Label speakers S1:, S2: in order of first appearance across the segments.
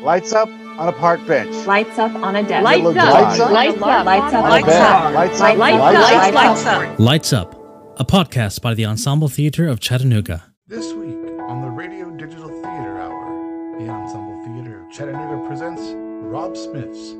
S1: Lights up on a park bench.
S2: Lights up on a desk.
S3: Lights up.
S1: Lights up.
S3: Lights up.
S2: Lights up.
S1: On a bed.
S3: Lights,
S1: Lights up.
S2: Lights up. Lights
S3: lights
S2: up.
S3: up.
S4: Lights Up, a podcast by the Ensemble Theatre of Chattanooga.
S5: This week on the Radio Digital Theater Hour, the Ensemble Theater of Chattanooga presents Rob Smith's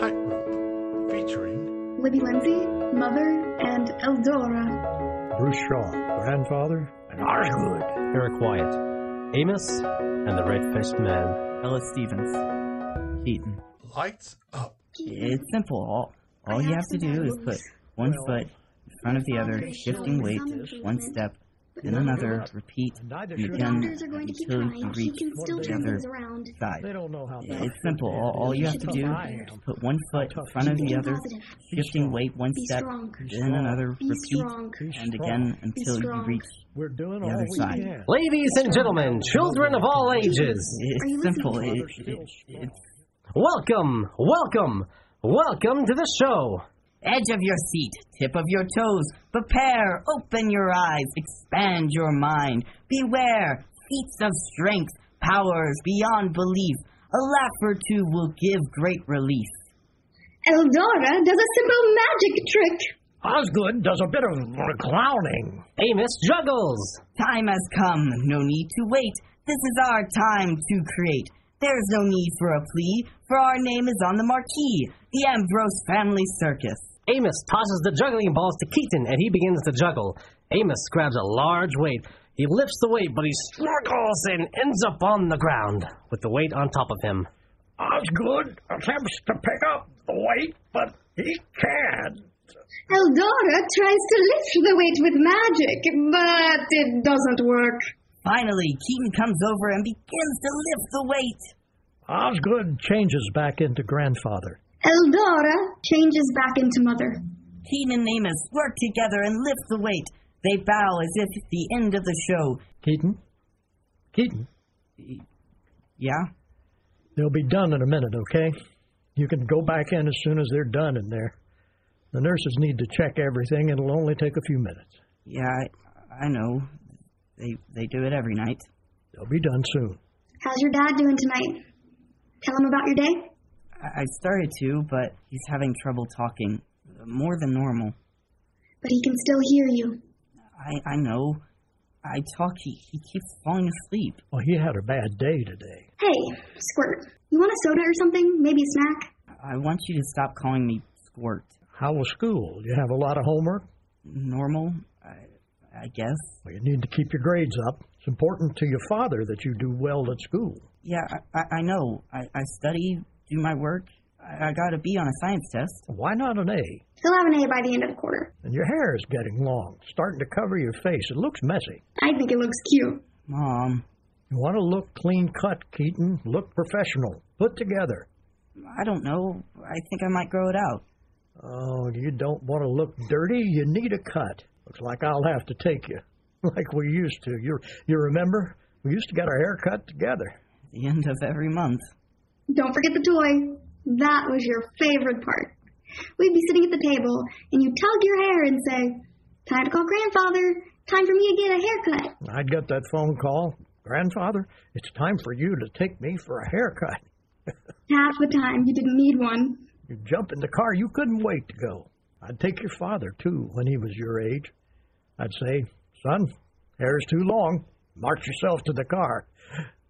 S5: Tightrope, featuring
S6: Libby Lindsay, mother, and Eldora.
S7: Bruce Shaw, grandfather, and Osgood.
S8: Eric Wyatt, Amos, and the Red Faced Man.
S9: Ella Stevens. Keaton.
S5: Lights Up.
S9: It's simple. All, all you have to do is put one foot in front of the other, shifting weight, one step, then another, repeat,
S7: Neither
S9: You
S7: should
S6: The
S9: can-
S7: I.
S6: doctors are going to keep
S9: until
S6: trying.
S9: you
S6: She
S9: reach
S6: can still
S9: the
S6: turn
S9: other
S6: things around.
S7: They
S9: side.
S7: don't know how bad
S9: It's simple. All, all you have to do is put one foot in front of the other, shifting weight, one
S6: Be
S9: step,
S6: strong.
S9: then another,
S6: Be
S9: repeat,
S6: strong.
S9: and again until you reach.
S7: We're doing
S9: the
S7: all
S9: other
S7: we
S9: side.
S7: can.
S8: Ladies and gentlemen, children of all ages,
S6: Are you
S9: It's
S6: listening?
S9: simple. It,
S7: They're still
S9: it,
S7: strong.
S8: welcome, welcome, welcome to the show.
S9: Edge of your seat, tip of your toes. Prepare, open your eyes, expand your mind. Beware, feats of strength, powers beyond belief. A laugh or two will give great relief.
S6: Eldora does a simple magic trick.
S7: Osgood does a bit of clowning.
S8: Amos juggles.
S9: Time has come, no need to wait. This is our time to create. There's no need for a plea, for our name is on the marquee, the Ambrose Family Circus.
S8: Amos tosses the juggling balls to Keaton and he begins to juggle. Amos grabs a large weight. He lifts the weight, but he struggles and ends up on the ground with the weight on top of him.
S7: Osgood attempts to pick up the weight, but he can't.
S6: Eldora tries to lift the weight with magic, but it doesn't work.
S9: Finally, Keaton comes over and begins to lift the weight.
S7: Osgood changes back into grandfather.
S6: Eldora changes back into mother.
S9: Keaton and Amos work together and lift the weight. They bow as if it's the end of the show.
S7: Keaton? Keaton?
S9: Yeah?
S7: They'll be done in a minute, okay? You can go back in as soon as they're done in there. The nurses need to check everything. It'll only take a few minutes.
S9: Yeah, I, I know. They, they do it every night.
S7: They'll be done soon.
S6: How's your dad doing tonight? Tell him about your day.
S9: I, I started to, but he's having trouble talking. More than normal.
S6: But he can still hear you.
S9: I, I know. I talk, he, he keeps falling asleep.
S7: Well, he had a bad day today.
S6: Hey, Squirt, you want a soda or something? Maybe a snack?
S9: I want you to stop calling me Squirt.
S7: How was school? You have a lot of homework?
S9: Normal, I, I guess.
S7: Well, you need to keep your grades up. It's important to your father that you do well at school.
S9: Yeah, I, I, I know. I, I study, do my work. I, I got a B on a science test.
S7: Why not an A?
S6: He'll have an A by the end of the quarter.
S7: And your hair is getting long, starting to cover your face. It looks messy.
S6: I think it looks cute.
S9: Mom,
S7: You want to look clean cut, Keaton. Look professional. Put together.
S9: I don't know. I think I might grow it out.
S7: Oh, you don't want to look dirty. You need a cut. Looks like I'll have to take you, like we used to. You you remember? We used to get our hair cut together.
S9: At the end of every month.
S6: Don't forget the toy. That was your favorite part. We'd be sitting at the table, and you tug your hair and say, Time to call grandfather. Time for me to get a haircut.
S7: I'd get that phone call, grandfather. It's time for you to take me for a haircut.
S6: Half the time, you didn't need one.
S7: You jump in the car. You couldn't wait to go. I'd take your father too when he was your age. I'd say, son, hair's too long. March yourself to the car.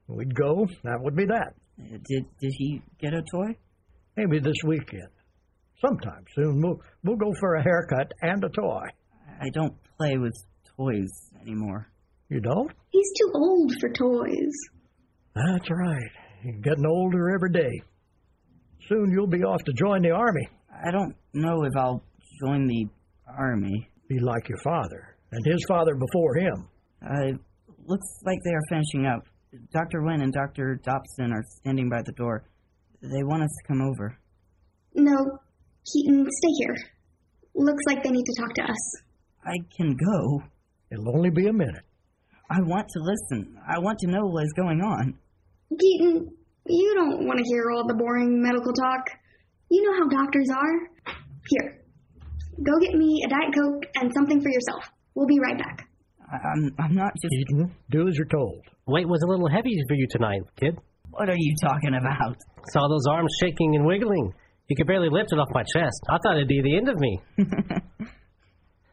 S7: We'd go. That would be that.
S9: Uh, Did did he get a toy?
S7: Maybe this weekend. Sometime soon, we'll, we'll go for a haircut and a toy.
S9: I don't play with toys anymore.
S7: You don't?
S6: He's too old for toys.
S7: That's right. You're getting older every day. Soon you'll be off to join the army.
S9: I don't know if I'll join the army.
S7: Be like your father and his father before him.
S9: Uh, looks like they are finishing up. Dr. Wynne and Dr. Dobson are standing by the door. They want us to come over.
S6: No, Keaton, stay here. Looks like they need to talk to us.
S9: I can go.
S7: It'll only be a minute.
S9: I want to listen. I want to know what is going on.
S6: Keaton, you don't want to hear all the boring medical talk. You know how doctors are. Here, go get me a Diet Coke and something for yourself. We'll be right back.
S9: I, I'm I'm not just
S7: Keaton, do as you're told.
S8: Weight was a little heavy for you tonight, kid.
S9: What are you talking about?
S8: Saw those arms shaking and wiggling. You could barely lift it off my chest. I thought it'd be the end of me.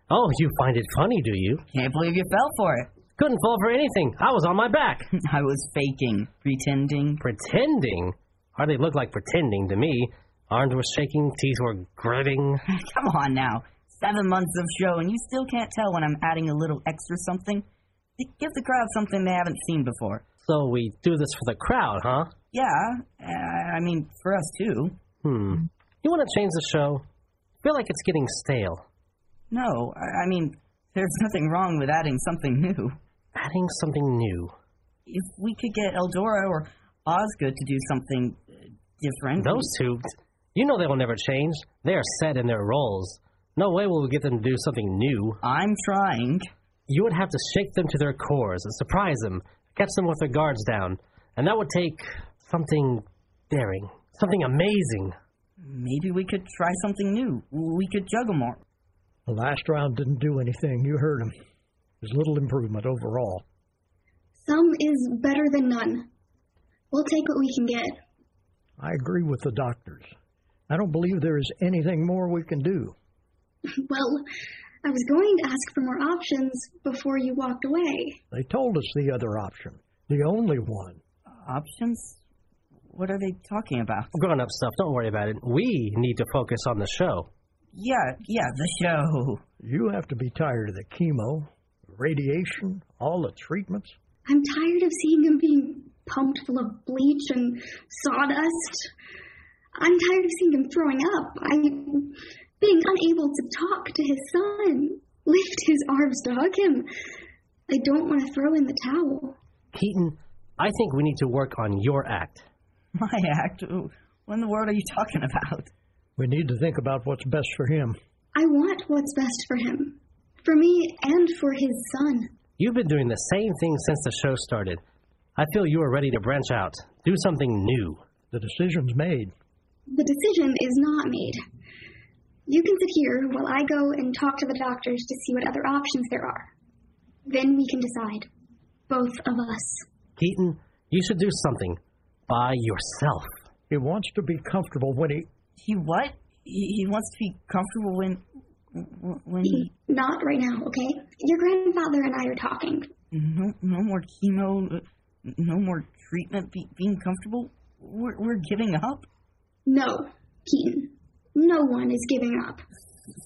S8: oh, you find it funny, do you?
S9: Can't believe you fell for it.
S8: Couldn't fall for anything. I was on my back.
S9: I was faking, pretending.
S8: pretending? Hardly looked like pretending to me. Arms were shaking, teeth were gritting.
S9: Come on now. Seven months of show, and you still can't tell when I'm adding a little extra something? Give the crowd something they haven't seen before.
S8: So we do this for the crowd, huh?
S9: Yeah, uh, I mean, for us too.
S8: Hmm. You want to change the show? feel like it's getting stale.
S9: No, I, I mean, there's nothing wrong with adding something new.
S8: Adding something new.
S9: If we could get Eldora or Osgood to do something uh, different.
S8: Those two, you know they will never change. They are set in their roles. No way will we get them to do something new.
S9: I'm trying.
S8: You would have to shake them to their cores and surprise them, catch them with their guards down. And that would take something daring, something amazing.
S9: Maybe we could try something new. We could juggle more.
S7: The last round didn't do anything. You heard him. There's little improvement overall.
S6: Some is better than none. We'll take what we can get.
S7: I agree with the doctors. I don't believe there is anything more we can do.
S6: Well, I was going to ask for more options before you walked away.
S7: They told us the other option, the only one.
S9: Options? What are they talking about?
S8: Grown up stuff, don't worry about it. We need to focus on the show.
S9: Yeah, yeah, the show.
S7: You have to be tired of the chemo, radiation, all the treatments.
S6: I'm tired of seeing him being pumped full of bleach and sawdust. I'm tired of seeing him throwing up. I being unable to talk to his son, lift his arms to hug him. I don't want to throw in the towel.
S8: Keaton, I think we need to work on your act.
S9: My act? Ooh, What in the world are you talking about?
S7: We need to think about what's best for him.
S6: I want what's best for him, for me and for his son.
S8: You've been doing the same thing since the show started. I feel you are ready to branch out, do something new.
S7: The decision's made.
S6: The decision is not made. You can sit here while I go and talk to the doctors to see what other options there are. Then we can decide. Both of us.
S8: Keaton, you should do something by yourself.
S7: He wants to be comfortable when he.
S9: He what? He, he wants to be comfortable when w- when he
S6: Not right now, okay? Your grandfather and I are talking.
S9: no no more chemo, uh, no more treatment. Be, being comfortable, we're we're giving up.
S6: No, Keaton. No one is giving up.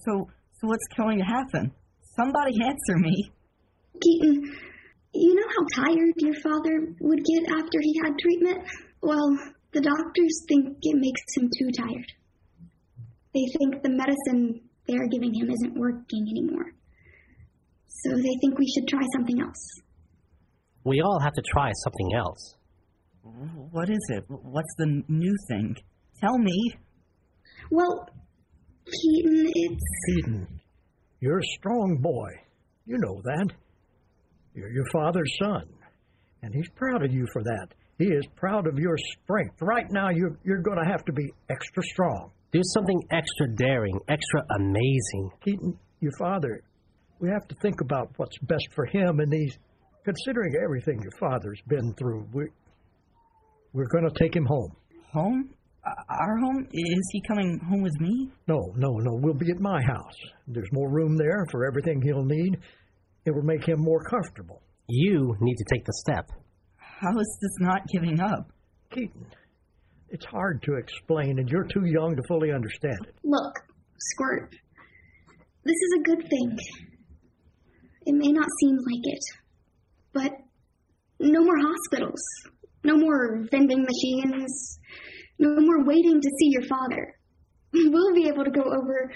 S9: So so what's going to happen? Somebody answer me.
S6: Keaton, you know how tired your father would get after he had treatment? Well, the doctors think it makes him too tired. They think the medicine they're giving him isn't working anymore. So they think we should try something else.
S8: We all have to try something else.
S9: What is it? What's the n- new thing? Tell me.
S6: Well, Keaton, it's.
S7: Eden, you're a strong boy. You know that. You're your father's son, and he's proud of you for that. He is proud of your strength. Right now, you're, you're going to have to be extra strong.
S8: Do something extra daring, extra amazing.
S7: Keaton, your father, we have to think about what's best for him in these. Considering everything your father's been through, we, we're going to take him home.
S9: Home? Uh, Our home? Is he coming home with me?
S7: No, no, no. We'll be at my house. There's more room there for everything he'll need. It will make him more comfortable.
S8: You need to take the step.
S9: How is this not giving up?
S7: Keaton, it's hard to explain, and you're too young to fully understand it.
S6: Look, Squirt, this is a good thing. It may not seem like it, but no more hospitals, no more vending machines, no more waiting to see your father. We'll be able to go over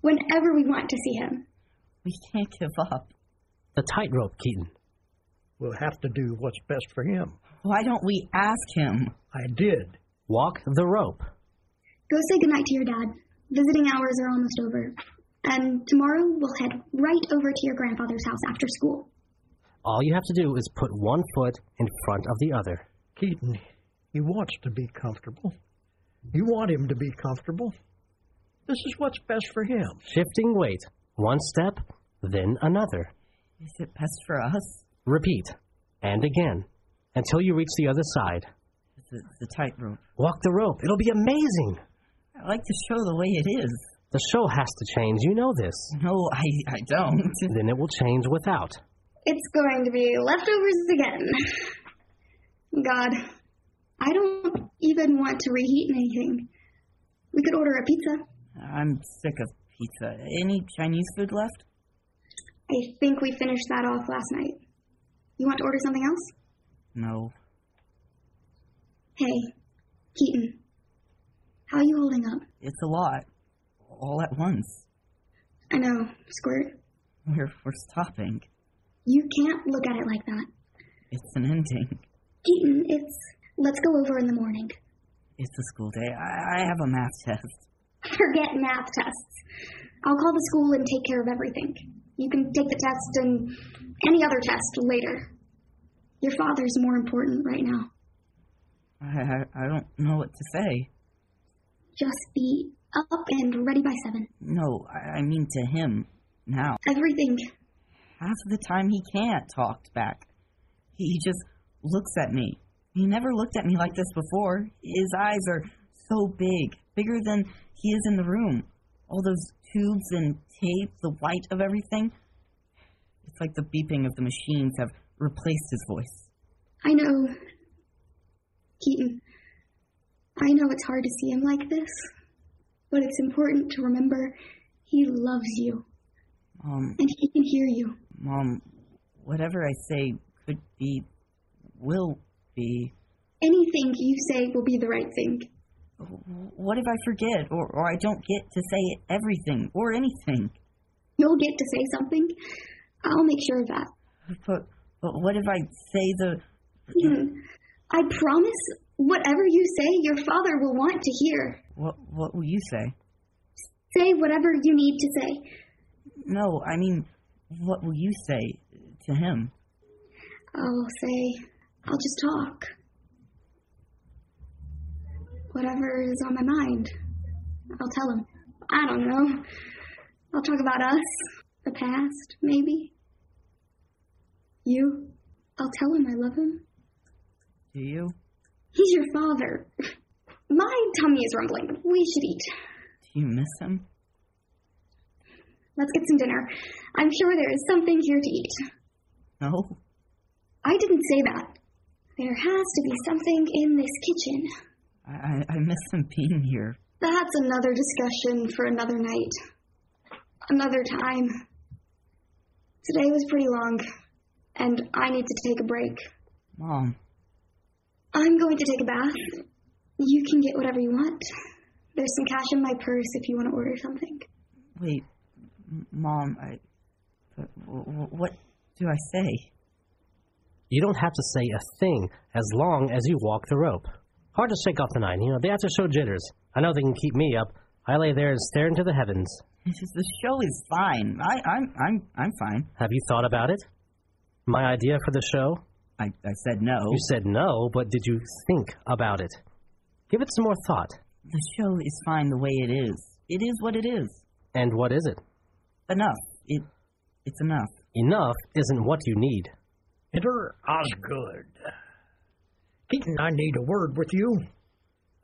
S6: whenever we want to see him.
S9: We can't give up.
S8: The tightrope, Keaton.
S7: We'll have to do what's best for him.
S9: Why don't we ask him?
S7: I did.
S8: Walk the rope.
S6: Go say goodnight to your dad. Visiting hours are almost over. And tomorrow we'll head right over to your grandfather's house after school.
S8: All you have to do is put one foot in front of the other.
S7: Keaton, he wants to be comfortable. You want him to be comfortable. This is what's best for him.
S8: Shifting weight, one step, then another.
S9: Is it best for us?
S8: Repeat, and again, until you reach the other side.
S9: Is the, the tightrope.
S8: Walk the rope. It'll be amazing.
S9: I like to show the way it is.
S8: The show has to change. You know this.
S9: No, I, I don't.
S8: Then it will change without.
S6: It's going to be leftovers again. God, I don't even want to reheat anything. We could order a pizza.
S9: I'm sick of pizza. Any Chinese food left?
S6: I think we finished that off last night. You want to order something else?
S9: No.
S6: Hey, Keaton, how are you holding up?
S9: It's a lot. All at once.
S6: I know, Squirt.
S9: We're, we're stopping.
S6: You can't look at it like that.
S9: It's an ending.
S6: Keaton, it's. Let's go over in the morning.
S9: It's a school day. I, I have a math test.
S6: Forget math tests. I'll call the school and take care of everything. You can take the test and any other test later. Your father's more important right now.
S9: I, I, I don't know what to say.
S6: Just be up and ready by seven.
S9: No, I, I mean to him. Now.
S6: Everything.
S9: Half the time he can't talk back. He, he just looks at me. He never looked at me like this before. His eyes are so big, bigger than he is in the room. All those tubes and tape, the white of everything. It's like the beeping of the machines have replaced his voice.
S6: I know. Keaton, I know it's hard to see him like this, but it's important to remember he loves you
S9: Um,
S6: and he can hear you.
S9: Mom, whatever I say could be, will be.
S6: Anything you say will be the right thing.
S9: What if I forget, or, or I don't get to say everything, or anything?
S6: You'll get to say something. I'll make sure of that.
S9: But, but what if I say the.
S6: Keaton, I promise whatever you say, your father will want to hear.
S9: What, what will you say?
S6: Say whatever you need to say.
S9: No, I mean, what will you say to him?
S6: I'll say, I'll just talk. Whatever is on my mind, I'll tell him. I don't know. I'll talk about us, the past, maybe. You, I'll tell him I love him.
S9: Do you?
S6: He's your father. My tummy is rumbling. We should eat.
S9: Do you miss him?
S6: Let's get some dinner. I'm sure there is something here to eat.
S9: No?
S6: I didn't say that. There has to be something in this kitchen.
S9: I, I, I miss him being here.
S6: That's another discussion for another night. Another time. Today was pretty long, and I need to take a break.
S9: Mom,
S6: I'm going to take a bath. You can get whatever you want. There's some cash in my purse if you want to order something.
S9: wait. M- Mom, I. But w- w- what do I say?
S8: You don't have to say a thing as long as you walk the rope. Hard to shake off the nine. You know, they have to show jitters. I know they can keep me up. I lay there and stare into the heavens.
S9: It's just the show is fine. I, I'm, I'm, I'm fine.
S8: Have you thought about it? My idea for the show?
S9: I, I said no.
S8: You said no, but did you think about it? Give it some more thought.
S9: The show is fine the way it is. It is what it is.
S8: And what is it?
S9: Enough. It, it's enough.
S8: Enough isn't what you need.
S7: Enter Osgood. Keaton, I need a word with you.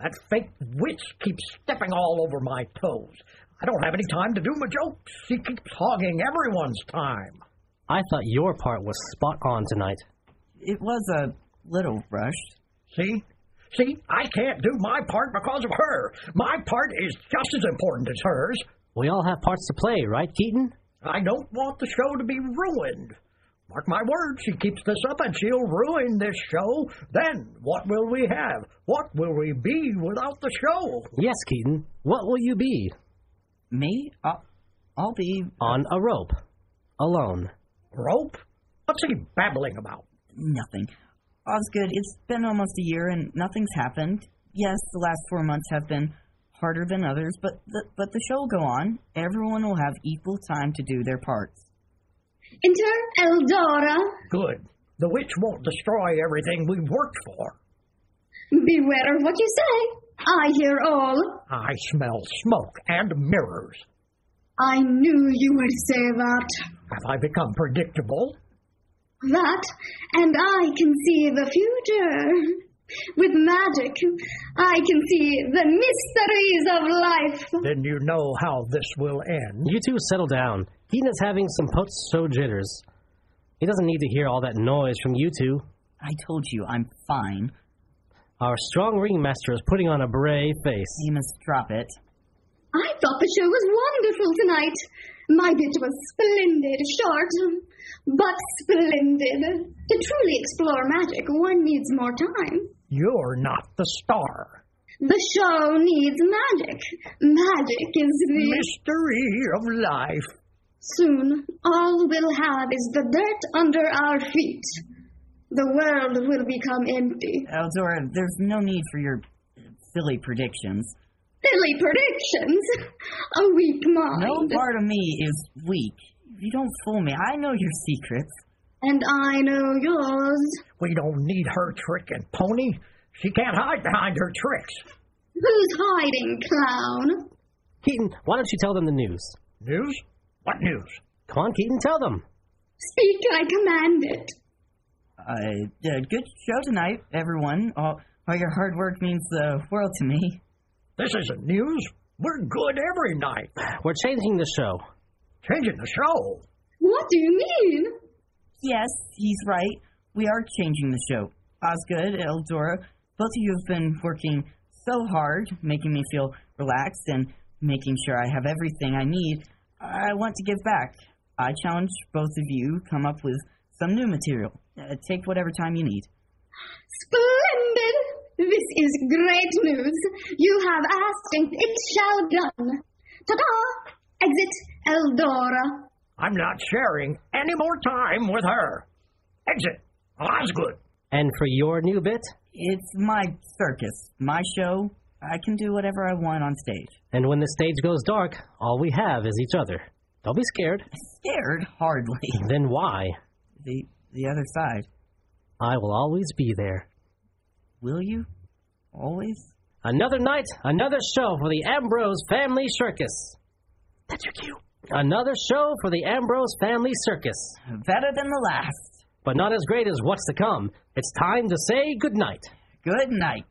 S7: That fake witch keeps stepping all over my toes. I don't have any time to do my jokes. She keeps hogging everyone's time.
S8: I thought your part was spot on tonight.
S9: It was a little rushed.
S7: See? See, I can't do my part because of her. My part is just as important as hers.
S8: We all have parts to play, right, Keaton?
S7: I don't want the show to be ruined. Mark my words, she keeps this up and she'll ruin this show. Then what will we have? What will we be without the show?
S8: Yes, Keaton. What will you be?
S9: Me? I'll, I'll be
S8: On a rope. Alone.
S7: Rope? What's he babbling about?
S9: nothing. Osgood, it's been almost a year and nothing's happened. Yes, the last four months have been harder than others, but the, but the show will go on. Everyone will have equal time to do their parts.
S6: Enter Eldora.
S7: Good. The witch won't destroy everything we've worked for.
S6: Beware of what you say. I hear all.
S7: I smell smoke and mirrors.
S6: I knew you would say that.
S7: Have I become predictable?
S6: That, and I can see the future. With magic, I can see the mysteries of life.
S7: Then you know how this will end.
S8: You two settle down. Keaton is having some post-show jitters. He doesn't need to hear all that noise from you two.
S9: I told you I'm fine.
S8: Our strong ringmaster is putting on a brave face.
S9: You must drop it.
S6: I thought the show was wonderful tonight. My bit was splendid, short, but splendid. To truly explore magic, one needs more time.
S7: You're not the star.
S6: The show needs magic. Magic is the.
S7: Mystery of life.
S6: Soon, all we'll have is the dirt under our feet. The world will become empty.
S9: Eldora, there's no need for your silly predictions.
S6: Silly predictions. A weak mind.
S9: No part of me is weak. You don't fool me. I know your secrets.
S6: And I know yours.
S7: We don't need her trick and pony. She can't hide behind her tricks.
S6: Who's hiding, clown?
S8: Keaton, why don't you tell them the news?
S7: News? What news?
S8: Come on, Keaton, tell them.
S6: Speak, I command it.
S9: Uh, yeah, good show tonight, everyone. All, all your hard work means the world to me.
S7: This isn't news. We're good every night.
S8: We're changing the show.
S7: Changing the show.
S6: What do you mean?
S9: Yes, he's right. We are changing the show. Osgood, Eldora, both of you have been working so hard, making me feel relaxed and making sure I have everything I need. I want to give back. I challenge both of you come up with some new material. Uh, take whatever time you need.
S6: Splendid! This is great news. You have asked, and it shall be done. Ta-da! Exit Eldora.
S7: I'm not sharing any more time with her. Exit. Osgood.
S8: And for your new bit,
S9: It's my circus, my show. I can do whatever I want on stage.
S8: and when the stage goes dark, all we have is each other. Don't be scared.
S9: Scared? Hardly.
S8: Then why?
S9: The, the other side.
S8: I will always be there.
S9: Will you? Always?
S8: Another night, another show for the Ambrose Family Circus. That's your cue. Another show for the Ambrose Family Circus,
S9: Better than the last.
S8: but not as great as what's to come. It's time to say goodnight.
S9: Good night.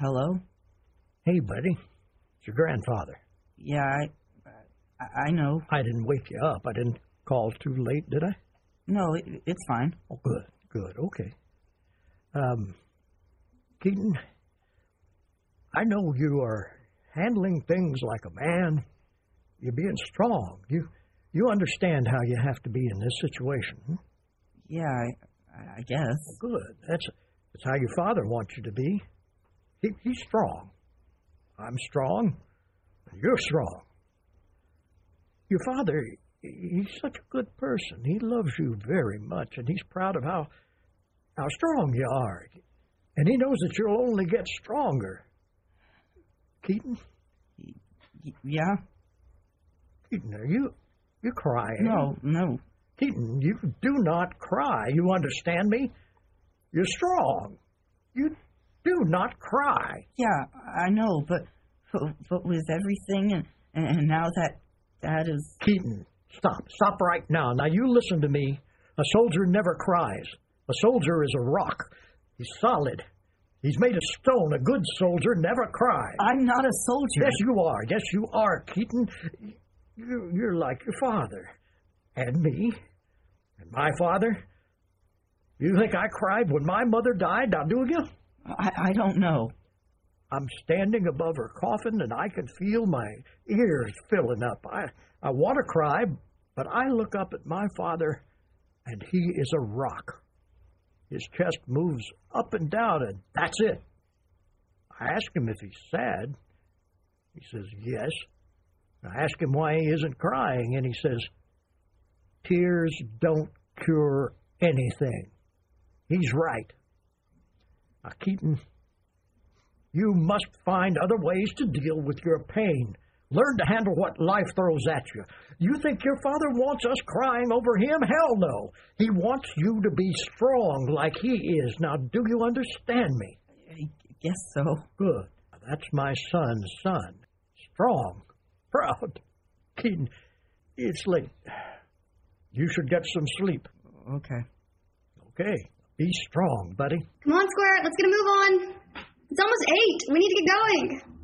S9: Hello?
S7: Hey, buddy. It's your grandfather.
S9: Yeah, I, I, I know.
S7: I didn't wake you up. I didn't call too late, did I?
S9: No, it, it's fine.
S7: Oh, good, good, okay. Um, Keaton, I know you are handling things like a man. You're being strong. You you understand how you have to be in this situation. hmm?
S9: Yeah, I, I guess.
S7: Good. That's that's how your father wants you to be. He, he's strong. I'm strong. You're strong. Your father, he- he's such a good person. He loves you very much, and he's proud of how how strong you are. And he knows that you'll only get stronger. Keaton,
S9: Y- Yeah?
S7: Keaton, are you you crying?
S9: No, no.
S7: Keaton, you do not cry. You understand me? You're strong. You do not cry.
S9: Yeah, I know, but but- but with everything and and now that that is
S7: Keaton, stop. Stop right now. Now, you listen to me. A soldier never cries. A soldier is a rock. He's solid. He's made of stone. A good soldier never cries.
S9: I'm not a soldier.
S7: Yes, you are. Yes, you are, Keaton. You, you're like your father. And me. And my father. You think I cried when my mother died? Now, do you?
S9: I, I don't know.
S7: I'm standing above her coffin and I can feel my ears filling up. I, I want to cry, but I look up at my father and he is a rock. His chest moves up and down, and that's it. I ask him if he's sad. He says, Yes. I ask him why he isn't crying, and he says, Tears don't cure anything. He's right. Now, Keaton, you must find other ways to deal with your pain. Learn to handle what life throws at you. You think your father wants us crying over him? Hell no. He wants you to be strong like he is. Now, do you understand me?
S9: I guess so.
S7: Good. That's my son's son. Strong. Proud. Keaton, it's late. You should get some sleep.
S9: Okay.
S7: Okay. Be strong, buddy.
S6: Come on, Squirt, let's get a move on. It's almost eight. We need to get going.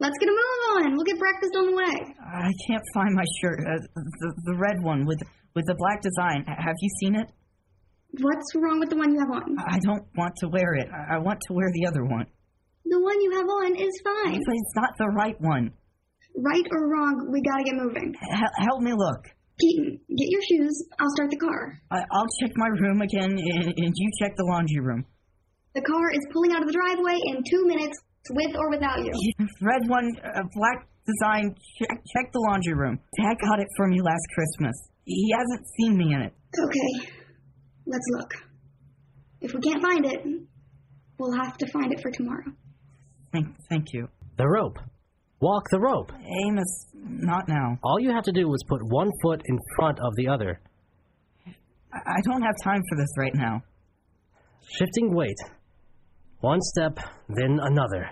S6: Let's get a move on. We'll get breakfast on the way.
S9: I can't find my shirt. Uh, the, the red one with with the black design. H- Have you seen it?
S6: What's wrong with the one you have on?
S9: I don't want to wear it. I I want to wear the other one.
S6: The one you have on is fine.
S9: But it's not the right one.
S6: Right or wrong, we gotta get moving.
S9: Hel help me look.
S6: Keaton, get your shoes. I'll start the car.
S9: I- I'll check my room again, and, and you check the laundry room.
S6: The car is pulling out of the driveway in two minutes, with or without you.
S9: Red one, uh, black design. Check, check the laundry room. Dad got it for me last Christmas. He hasn't seen me in it.
S6: Okay, let's look. If we can't find it, we'll have to find it for tomorrow.
S9: Thank, thank you.
S8: The rope. Walk the rope.
S9: Amos, not now.
S8: All you have to do is put one foot in front of the other.
S9: I I don't have time for this right now.
S8: Shifting weight. One step, then another.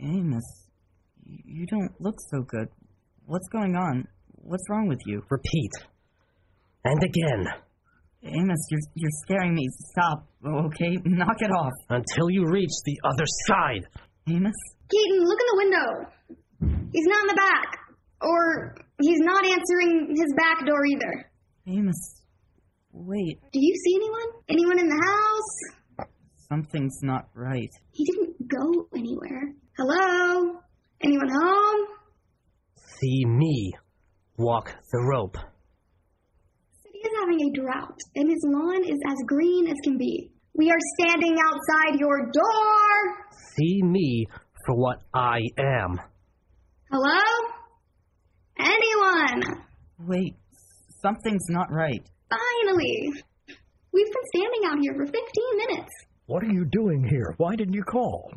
S9: Amos, you you don't look so good. What's going on? What's wrong with you?
S8: Repeat. And again.
S9: Amos, you're you're scaring me. Stop. Oh, Okay, knock it off.
S8: Until you reach the other side.
S9: Amos,
S6: Keaton, look in the window. He's not in the back. Or he's not answering his back door either.
S9: Amos, wait.
S6: Do you see anyone? Anyone in the house?
S9: Something's not right.
S6: He didn't go anywhere. Hello? Anyone home?
S8: See me. Walk the rope.
S6: City is having a drought, and his lawn is as green as can be. We are standing outside your door.
S8: See me for what I am.
S6: Hello? Anyone?
S9: Wait, something's not right.
S6: Finally! We've been standing out here for 15 minutes.
S7: What are you doing here? Why didn't you call?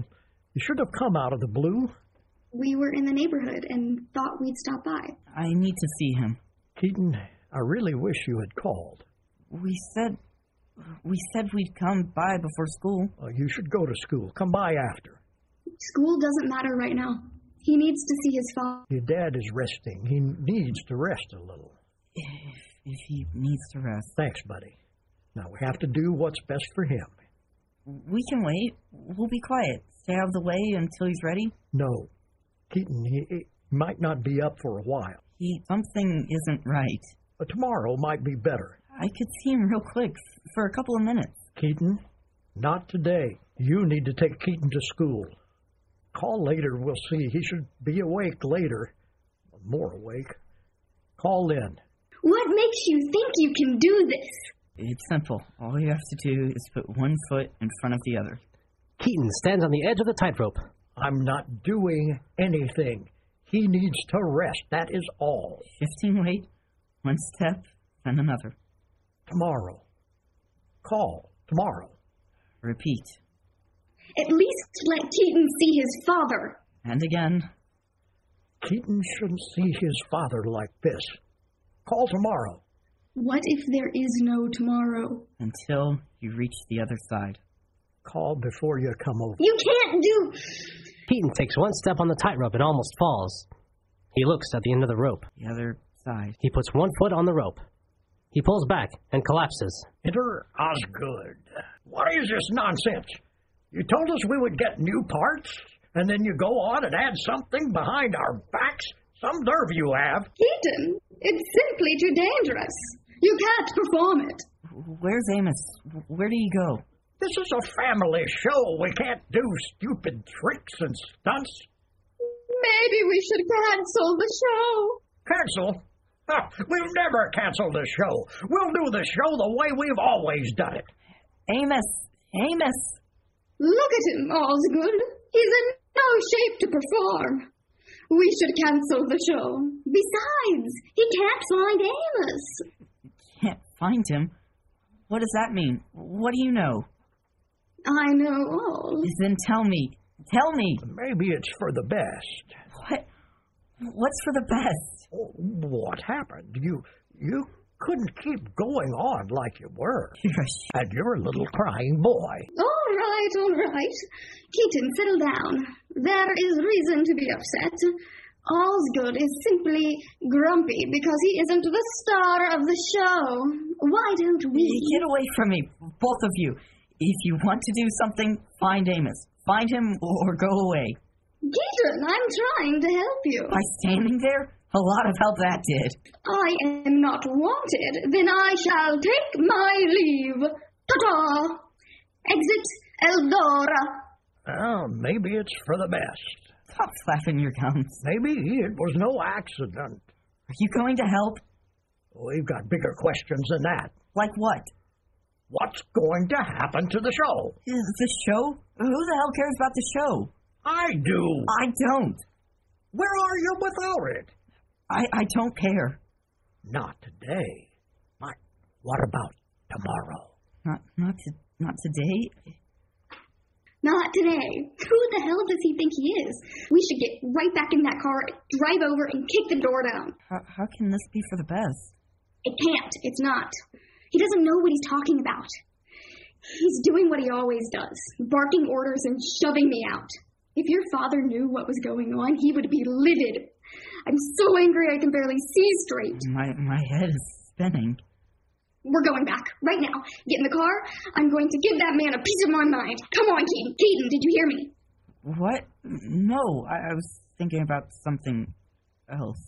S7: You should have come out of the blue.
S6: We were in the neighborhood and thought we'd stop by.
S9: I need to see him.
S7: Keaton, I really wish you had called.
S9: We said we said we'd come by before school.
S7: Uh, you should go to school. Come by after.
S6: School doesn't matter right now. He needs to see his father.
S7: Your dad is resting. He needs to rest a little.
S9: If he needs to rest,
S7: Thanks, buddy. Now we have to do what's best for him.
S9: we can wait. We'll be quiet. Stay out of the way until he's ready.
S7: No, Keaton, he, he might not be up for a while.
S9: He something isn't right.
S7: But tomorrow might be better.
S9: I could see him real quick for a couple of minutes.
S7: Keaton, not today. You need to take Keaton to school. Call later, we'll see. He should be awake later. More awake. Call in.
S6: What makes you think you can do this?
S9: It's simple. All you have to do is put one foot in front of the other.
S8: Keaton stands on the edge of the tightrope.
S7: I'm not doing anything. He needs to rest, that is all.
S9: Shifting weight, one step, then another.
S7: Tomorrow. Call tomorrow.
S9: Repeat.
S6: At least let Keaton see his father.
S9: And again.
S7: Keaton shouldn't see his father like this. Call tomorrow.
S6: What if there is no tomorrow?
S9: until you reach the other side.
S7: Call before you come over.
S6: You can't do.
S8: Keaton takes one step on the tightrope and almost falls. He looks at the end of the rope.
S9: The other side.
S8: He puts one foot on the rope. He pulls back and collapses.
S7: Enter Osgood. What is this nonsense? You told us we would get new parts, and then you go on and add something behind our backs? Some nerve you have.
S6: Keaton, it's simply too dangerous. You can't perform it.
S9: Where's Amos? Where do you go?
S7: This is a family show. We can't do stupid tricks and stunts.
S6: Maybe we should cancel the show.
S7: Cancel? Huh, we've never canceled the show. We'll do the show the way we've always done it.
S9: Amos! Amos!
S6: Look at him, Osgood. He's in no shape to perform. We should cancel the show. Besides, he can't find Amos.
S9: Can't find him. What does that mean? What do you know?
S6: I know all.
S9: Then tell me. Tell me.
S7: Maybe it's for the best.
S9: What? What's for the best?
S7: Oh, What happened? You you couldn't keep going on like you were.
S9: You're a sh-
S7: And you're a little crying boy.
S6: All right, all right. Keaton, settle down. There is reason to be upset. Osgood is simply grumpy because he isn't the star of the show Why don't we?
S9: Get away from me, both of you. If you want to do something, find Amos. Find him or go away.
S6: Gaten, I'm trying to help you.
S9: By standing there, a lot of help that did.
S6: I am not wanted, then I shall take my leave. Ta-ta! Exit Eldora.
S7: Well, maybe it's for the best.
S9: Stop flapping your gums.
S7: Maybe it was no accident.
S9: Are you going to help?
S7: We've got bigger questions than that.
S9: Like what?
S7: What's going to happen to the show?
S9: Is The show? Who the hell cares about the show?
S7: I do.
S9: I don't.
S7: Where are you without it?
S9: I, I don't care.
S7: Not today. But what about tomorrow?
S9: Not not to, not today.
S6: Not today. Who the hell does he think he is? We should get right back in that car, drive over, and kick the door down.
S9: How, how can this be for the best?
S6: It can't. It's not. He doesn't know what he's talking about. He's doing what he always does barking orders and shoving me out. If your father knew what was going on, he would be livid. I'm so angry I can barely see straight.
S9: My my head is spinning.
S6: We're going back right now. Get in the car. I'm going to give that man a piece of my mind. Come on, Keaton. Keaton, did you hear me?
S9: What? No, I, I was thinking about something else.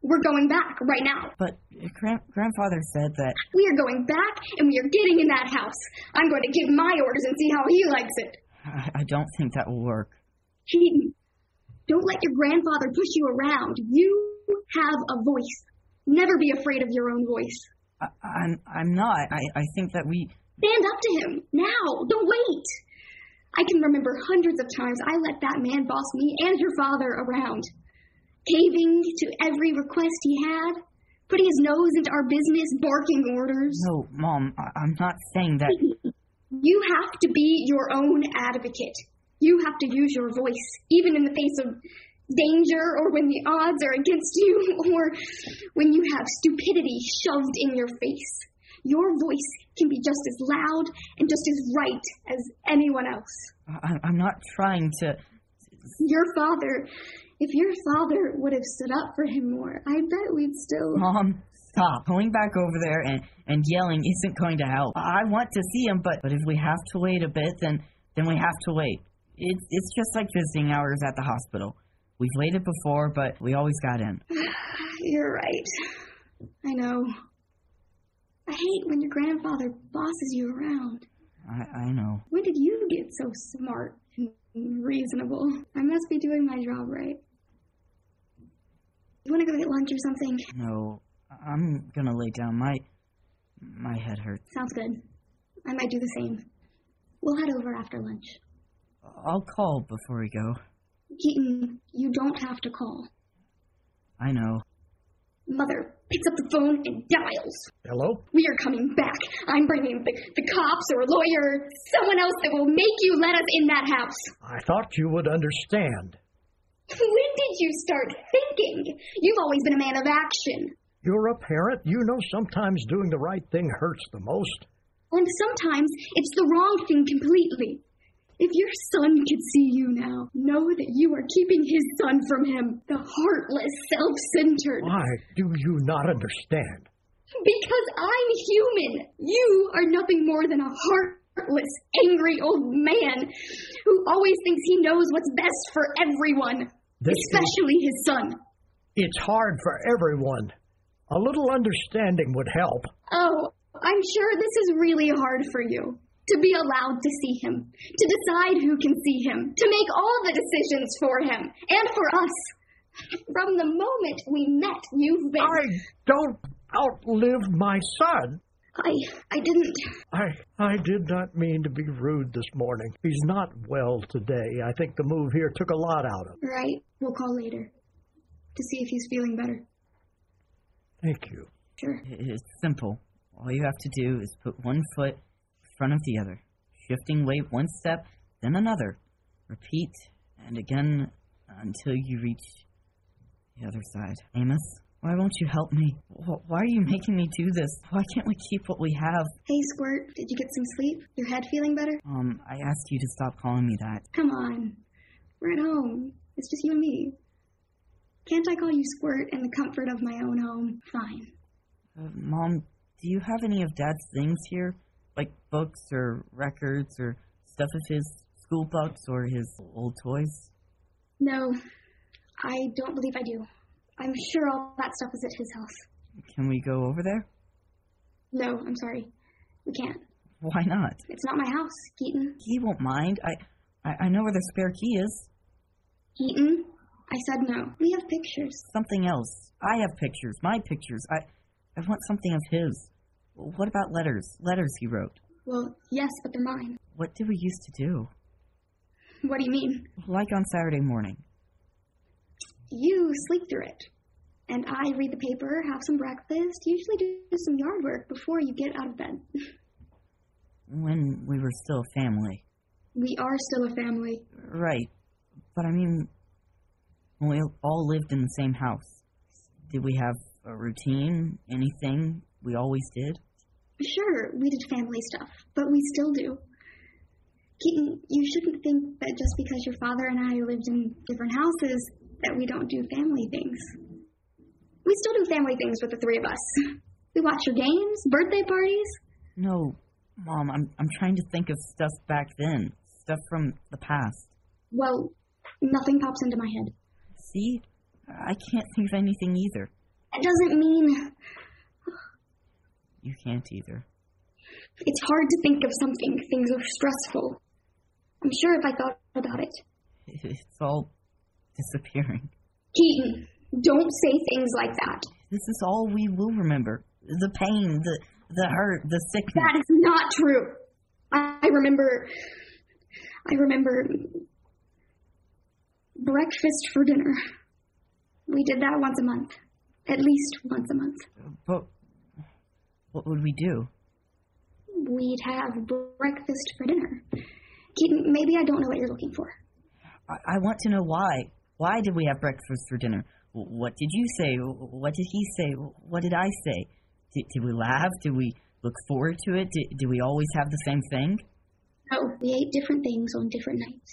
S6: We're going back right now.
S9: But grand, grandfather said that.
S6: We are going back and we are getting in that house. I'm going to give my orders and see how he likes it.
S9: I, I don't think that will work.
S6: Keaton, don't let your grandfather push you around. You have a voice. Never be afraid of your own voice.
S9: I, I'm I'm not. I, I think that we.
S6: Stand up to him now. Don't wait. I can remember hundreds of times I let that man boss me and your father around, caving to every request he had, putting his nose into our business, barking orders.
S9: No, mom. I, I'm not saying that.
S6: You have to be your own advocate. You have to use your voice, even in the face of danger or when the odds are against you or when you have stupidity shoved in your face. Your voice can be just as loud and just as right as anyone else.
S9: I, I'm not trying to.
S6: Your father, if your father would have stood up for him more, I bet we'd still.
S9: Mom, stop. Going back over there and, and yelling isn't going to help. I I want to see him, but, but if we have to wait a bit, then, then we have to wait. It's it's just like visiting hours at the hospital. We've waited before, but we always got in.
S6: You're right. I know. I hate when your grandfather bosses you around.
S9: I, I know.
S6: When did you get so smart and reasonable? I must be doing my job right. You want to go get lunch or something?
S9: No, I'm gonna lay down. My my head hurts.
S6: Sounds good. I might do the same. We'll head over after lunch.
S9: I'll call before we go.
S6: Keaton, you don't have to call.
S9: I know.
S6: Mother picks up the phone and dials.
S7: Hello?
S6: We are coming back. I'm bringing the, the cops or a lawyer, someone else that will make you let us in that house.
S7: I thought you would understand.
S6: When did you start thinking? You've always been a man of action.
S7: You're a parent. You know sometimes doing the right thing hurts the most.
S6: And sometimes it's the wrong thing completely. If your son could see you now, know that you are keeping his son from him. The heartless, self centered.
S7: Why do you not understand?
S6: Because I'm human. You are nothing more than a heartless, angry old man who always thinks he knows what's best for everyone,
S7: This is,
S6: especially his son.
S7: it's hard for everyone. A little understanding would help.
S6: Oh, I'm sure this is really hard for you. To be allowed to see him, to decide who can see him, to make all the decisions for him and for us. From the moment we met, you've been.
S7: I don't outlive my son.
S6: I, I didn't.
S7: I I did not mean to be rude this morning. He's not well today. I think the move here took a lot out of him.
S6: Right, we'll call later to see if he's feeling better.
S7: Thank you.
S6: Sure.
S9: It's simple. All you have to do is put one foot in front of the other, shifting weight one step, then another. Repeat and again until you reach the other side. Amos, why won't you help me? Wh- Why are you making me do this? Why can't we keep what we have?
S6: Hey, Squirt, did you get some sleep? Your head feeling better?
S9: Um, I asked you to stop calling me that.
S6: Come on. We're at home. It's just you and me. Can't I call you Squirt in the comfort of my own home? Fine.
S9: Uh, Mom, Do you have any of Dad's things here? Like books or records or stuff of his school books or his old toys?
S6: No, I don't believe I do. I'm sure all that stuff is at his house.
S9: Can we go over there?
S6: No, I'm sorry. We can't.
S9: Why not?
S6: It's not my house, Keaton.
S9: He won't mind. I, I, I know where the spare key is.
S6: Keaton? I said no. We have pictures.
S9: Something else. I have pictures. My pictures. I, I want something of his. What about letters? Letters he wrote.
S6: Well, yes, but they're mine.
S9: What did we used to do?
S6: What do you mean?
S9: Like on Saturday morning.
S6: You sleep through it. And I read the paper, have some breakfast, usually do some yard work before you get out of bed.
S9: When we were still a family.
S6: We are still a family.
S9: Right. But I mean, when we all lived in the same house, did we have a routine? Anything we always did?
S6: Sure, we did family stuff, but we still do. Keaton, you shouldn't think that just because your father and I lived in different houses that we don't do family things. We still do family things with the three of us. We watch your games, birthday parties.
S9: No, Mom, I'm, I'm trying to think of stuff back then, stuff from the past.
S6: Well, nothing pops into my head.
S9: See? I can't think of anything either.
S6: That doesn't mean
S9: You can't either.
S6: it's hard to think of something. Things are stressful. I'm sure if I thought about it.
S9: It's all disappearing.
S6: Keaton, don't say things like that.
S9: This is all we will remember. The pain, the the hurt, the sickness.
S6: That is not true. I I remember. I remember. Breakfast for dinner. We did that once a month. At least once a month.
S9: But what would we do?
S6: We'd have breakfast for dinner. Keaton, maybe I don't know what you're looking for.
S9: I, I want to know why. Why did we have breakfast for dinner? Wh- What did you say? Wh- What did he say? Wh- What did I say? Did, did we laugh? Did we look forward to it? Did, did we always have the same thing?
S6: No, we ate different things on different nights.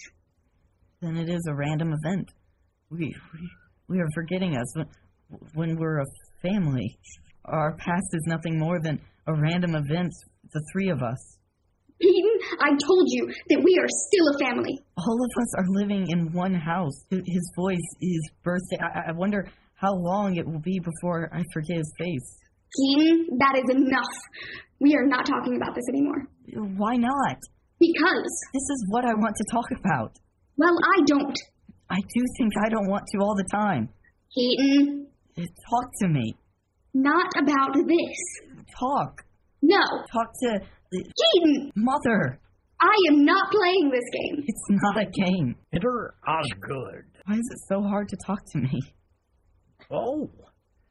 S9: Then it is a random event. We we, we are forgetting us when, when we're a family. Our past is nothing more than a random event. The three of us,
S6: Keaton, I told you that we are still a family.
S9: all of us, are living in one house. Hi- His voice, his birthday. I, I wonder how long it will be before I forget his face.
S6: Keaton, that is enough. We are not talking about this anymore.
S9: Why not?
S6: Because,
S9: This is what I want to talk about.
S6: well, I don't.
S9: I do think I don't want to all the time.
S6: Keaton,
S9: Talk to me.
S6: not about this.
S9: Talk.
S6: No.
S9: Talk to the
S6: Keaton,
S9: mother.
S6: I am not playing this game.
S9: It's not a game.
S7: Enter Osgood.
S9: Why is it so hard to talk to me?
S7: Oh,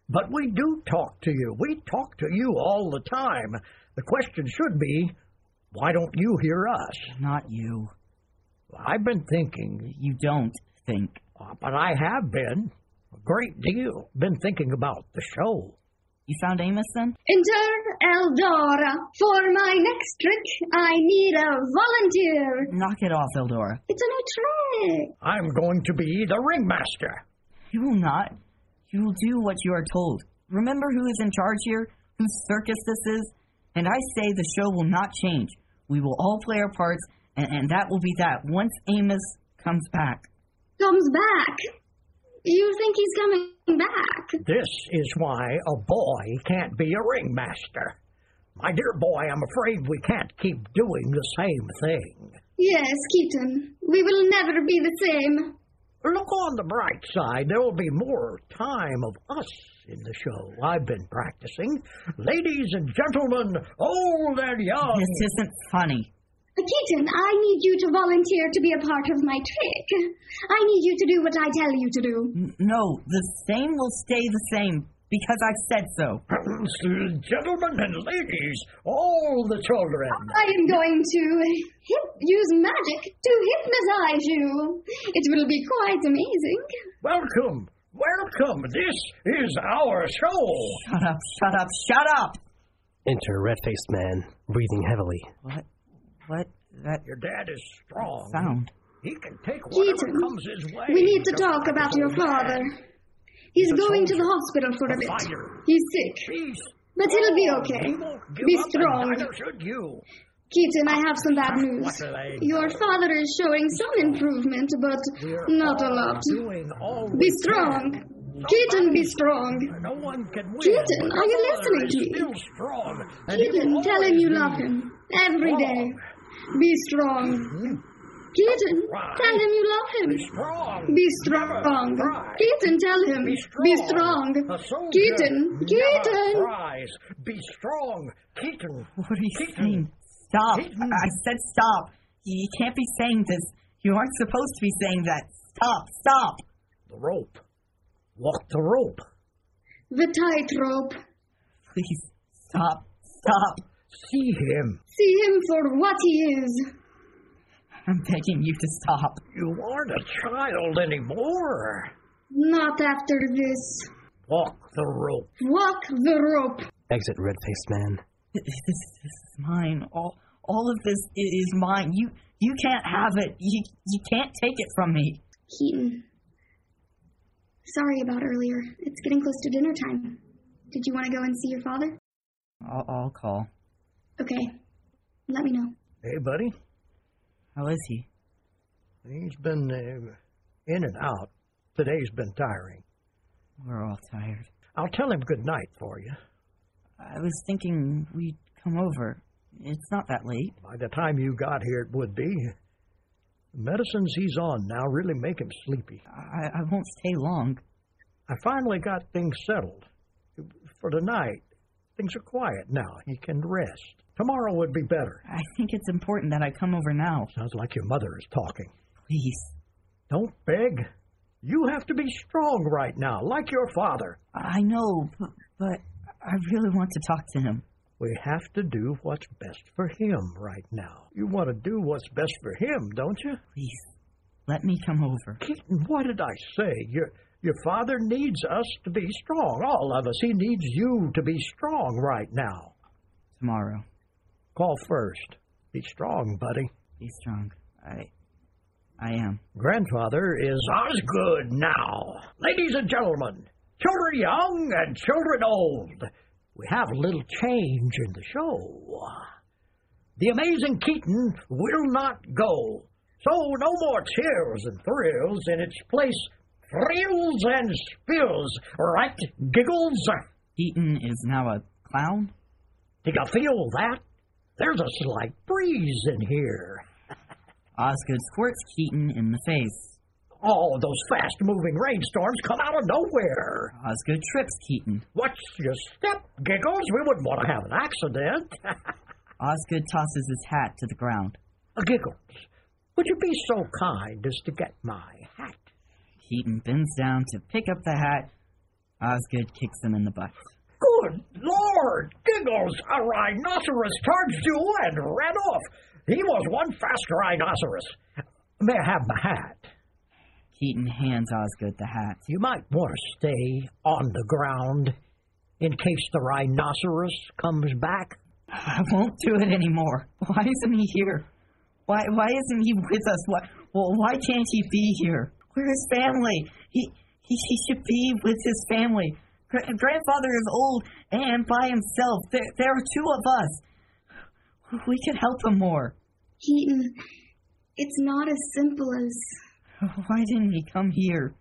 S7: but we do talk to you. We talk to you all the time. The question should be, why don't you hear us?
S9: Not you.
S7: I've been thinking,
S9: You don't think.
S7: Uh, but I have been a great deal, been thinking about the show.
S9: You found Amos then?
S6: Enter Eldora. For my next trick, I need a volunteer.
S9: Knock it off, Eldora.
S6: It's a new trick.
S7: I'm going to be the ringmaster.
S9: You will not. You will do what you are told. Remember who is in charge here, whose circus this is? And I say the show will not change. We will all play our parts, and, and that will be that once Amos comes back.
S6: Comes back. You think he's coming back?
S7: This is why a boy can't be a ringmaster. My dear boy, I'm afraid we can't keep doing the same thing.
S6: Yes, Keaton. We will never be the same.
S7: Look on the bright side. There will be more time of us in the show. I've been practicing. Ladies and gentlemen, old and young.
S9: This isn't funny.
S6: Uh, Keaton, I need you to volunteer to be a part of my trick. I need you to do what I tell you to do.
S9: N- no, the same will stay the same because I've said so.
S7: gentlemen and ladies, all the children.
S6: I am going to hip, use magic to hypnotize you. It will be quite amazing.
S7: Welcome, welcome. This is our show.
S9: Shut up, shut up, shut up!
S8: Enter a red faced man, breathing heavily.
S9: What? What? That
S7: Your dad is strong.
S9: sound.
S7: He can take whatever
S6: Keaton,
S7: comes his way.
S6: We need to
S7: Just
S6: talk
S7: like
S6: about
S7: his
S6: your
S7: own
S6: father.
S7: dad.
S6: He's
S7: The
S6: going to the
S7: soldier,
S6: hospital for a
S7: the
S6: bit.
S7: fighter.
S6: He's sick.
S7: Be
S6: But it'll be okay.
S7: Evil, give
S6: Be
S7: up, and
S6: strong.
S7: Neither should you.
S6: Keaton, I have some bad news.
S7: What are they?
S6: Your father is showing some improvement, but
S7: We are
S6: not a
S7: all
S6: lot.
S7: Doing all we
S6: Be strong.
S7: can.
S6: Keaton, be
S7: Somebody-
S6: strong.
S7: No one can win.
S6: Keaton, are you
S7: Your father
S6: listening
S7: is
S6: to me?
S7: Still strong. and he
S6: Keaton,
S7: will
S6: tell him you
S7: always
S6: love
S7: be
S6: him. Every day. Be
S7: Mm-hmm.
S6: strong. Keaton, tell him you love him.
S7: Strong.
S6: Be strong.
S7: Pride.
S6: Keaton, tell him. Be strong.
S7: A soldier
S6: Keaton,
S7: never
S6: Keaton.
S7: Cries. Be strong, Keaton.
S9: What are you saying? Stop. I I said stop. You can't be saying this. You aren't supposed to be saying that. Stop, stop.
S7: The rope. Walk the rope.
S6: The tightrope.
S9: Please, stop, stop.
S7: See him.
S6: See him for what he is.
S9: I'm begging you to stop.
S7: You aren't a child anymore.
S6: Not after this.
S7: Walk the rope.
S6: Walk the rope.
S8: Exit, red faced man.
S9: This, this, this is mine. All, all of this i- is mine. You, you can't have it. You, you can't take it from me.
S6: Keaton. Sorry about earlier. It's getting close to dinner time. Did you want to go and see your father?
S9: I'll, I'll call.
S6: Okay. Let me know.
S7: Hey, buddy.
S9: How is he?
S7: He's been uh, in and out. Today's been tiring.
S9: We're all tired.
S7: I'll tell him good night for you.
S9: I was thinking we'd come over. It's not that late.
S7: By the time you got here, it would be. The medicines he's on now really make him sleepy.
S9: I, I won't stay long.
S7: I finally got things settled for tonight. Things are quiet now. He can rest. Tomorrow would be better.
S9: I think it's important that I come over now.
S7: Sounds like your mother is talking.
S9: Please.
S7: Don't beg. You have to be strong right now, like your father.
S9: I know, but, but I really want to talk to him.
S7: We have to do what's best for him right now. You want to do what's best for him, don't you?
S9: Please, let me come over.
S7: Keaton, what did I say? Your your father needs us to be strong, all of us. He needs you to be strong right now.
S9: Tomorrow.
S7: Call first. Be strong, buddy.
S9: Be strong. I. I am.
S7: Grandfather is Osgood now. Ladies and gentlemen, children young and children old, we have a little change in the show. The amazing Keaton will not go, so no more tears and thrills. In its place, thrills and spills, right giggles.
S9: Eaton is now a clown?
S7: Do you feel that? There's a slight breeze in here.
S9: Osgood squirts Keaton in the face.
S7: Oh, those fast moving rainstorms come out of nowhere.
S9: Osgood trips Keaton.
S7: Watch your step, Giggles. We wouldn't want to have an accident. Uh,
S9: Osgood tosses his hat to the ground.
S7: Giggles, would you be so kind as to get my hat?
S9: Keaton bends down to pick up the hat. Osgood kicks him in the butt.
S7: Good Lord! Giggles, a rhinoceros charged you and ran off. He was one fast rhinoceros. May I have my hat?
S9: Keaton hands Osgood the hat.
S7: You might want to stay on the ground in case the rhinoceros comes back.
S9: I won't do it anymore. Why isn't he here? Why why isn't he with us? Why well, why can't he be here? Where's his family? He he, he should be with his family. Gra- grandfather is old and by himself. There there are two of us. We can help him more.
S6: Keaton, it's not as simple as.
S9: Why didn't he come here?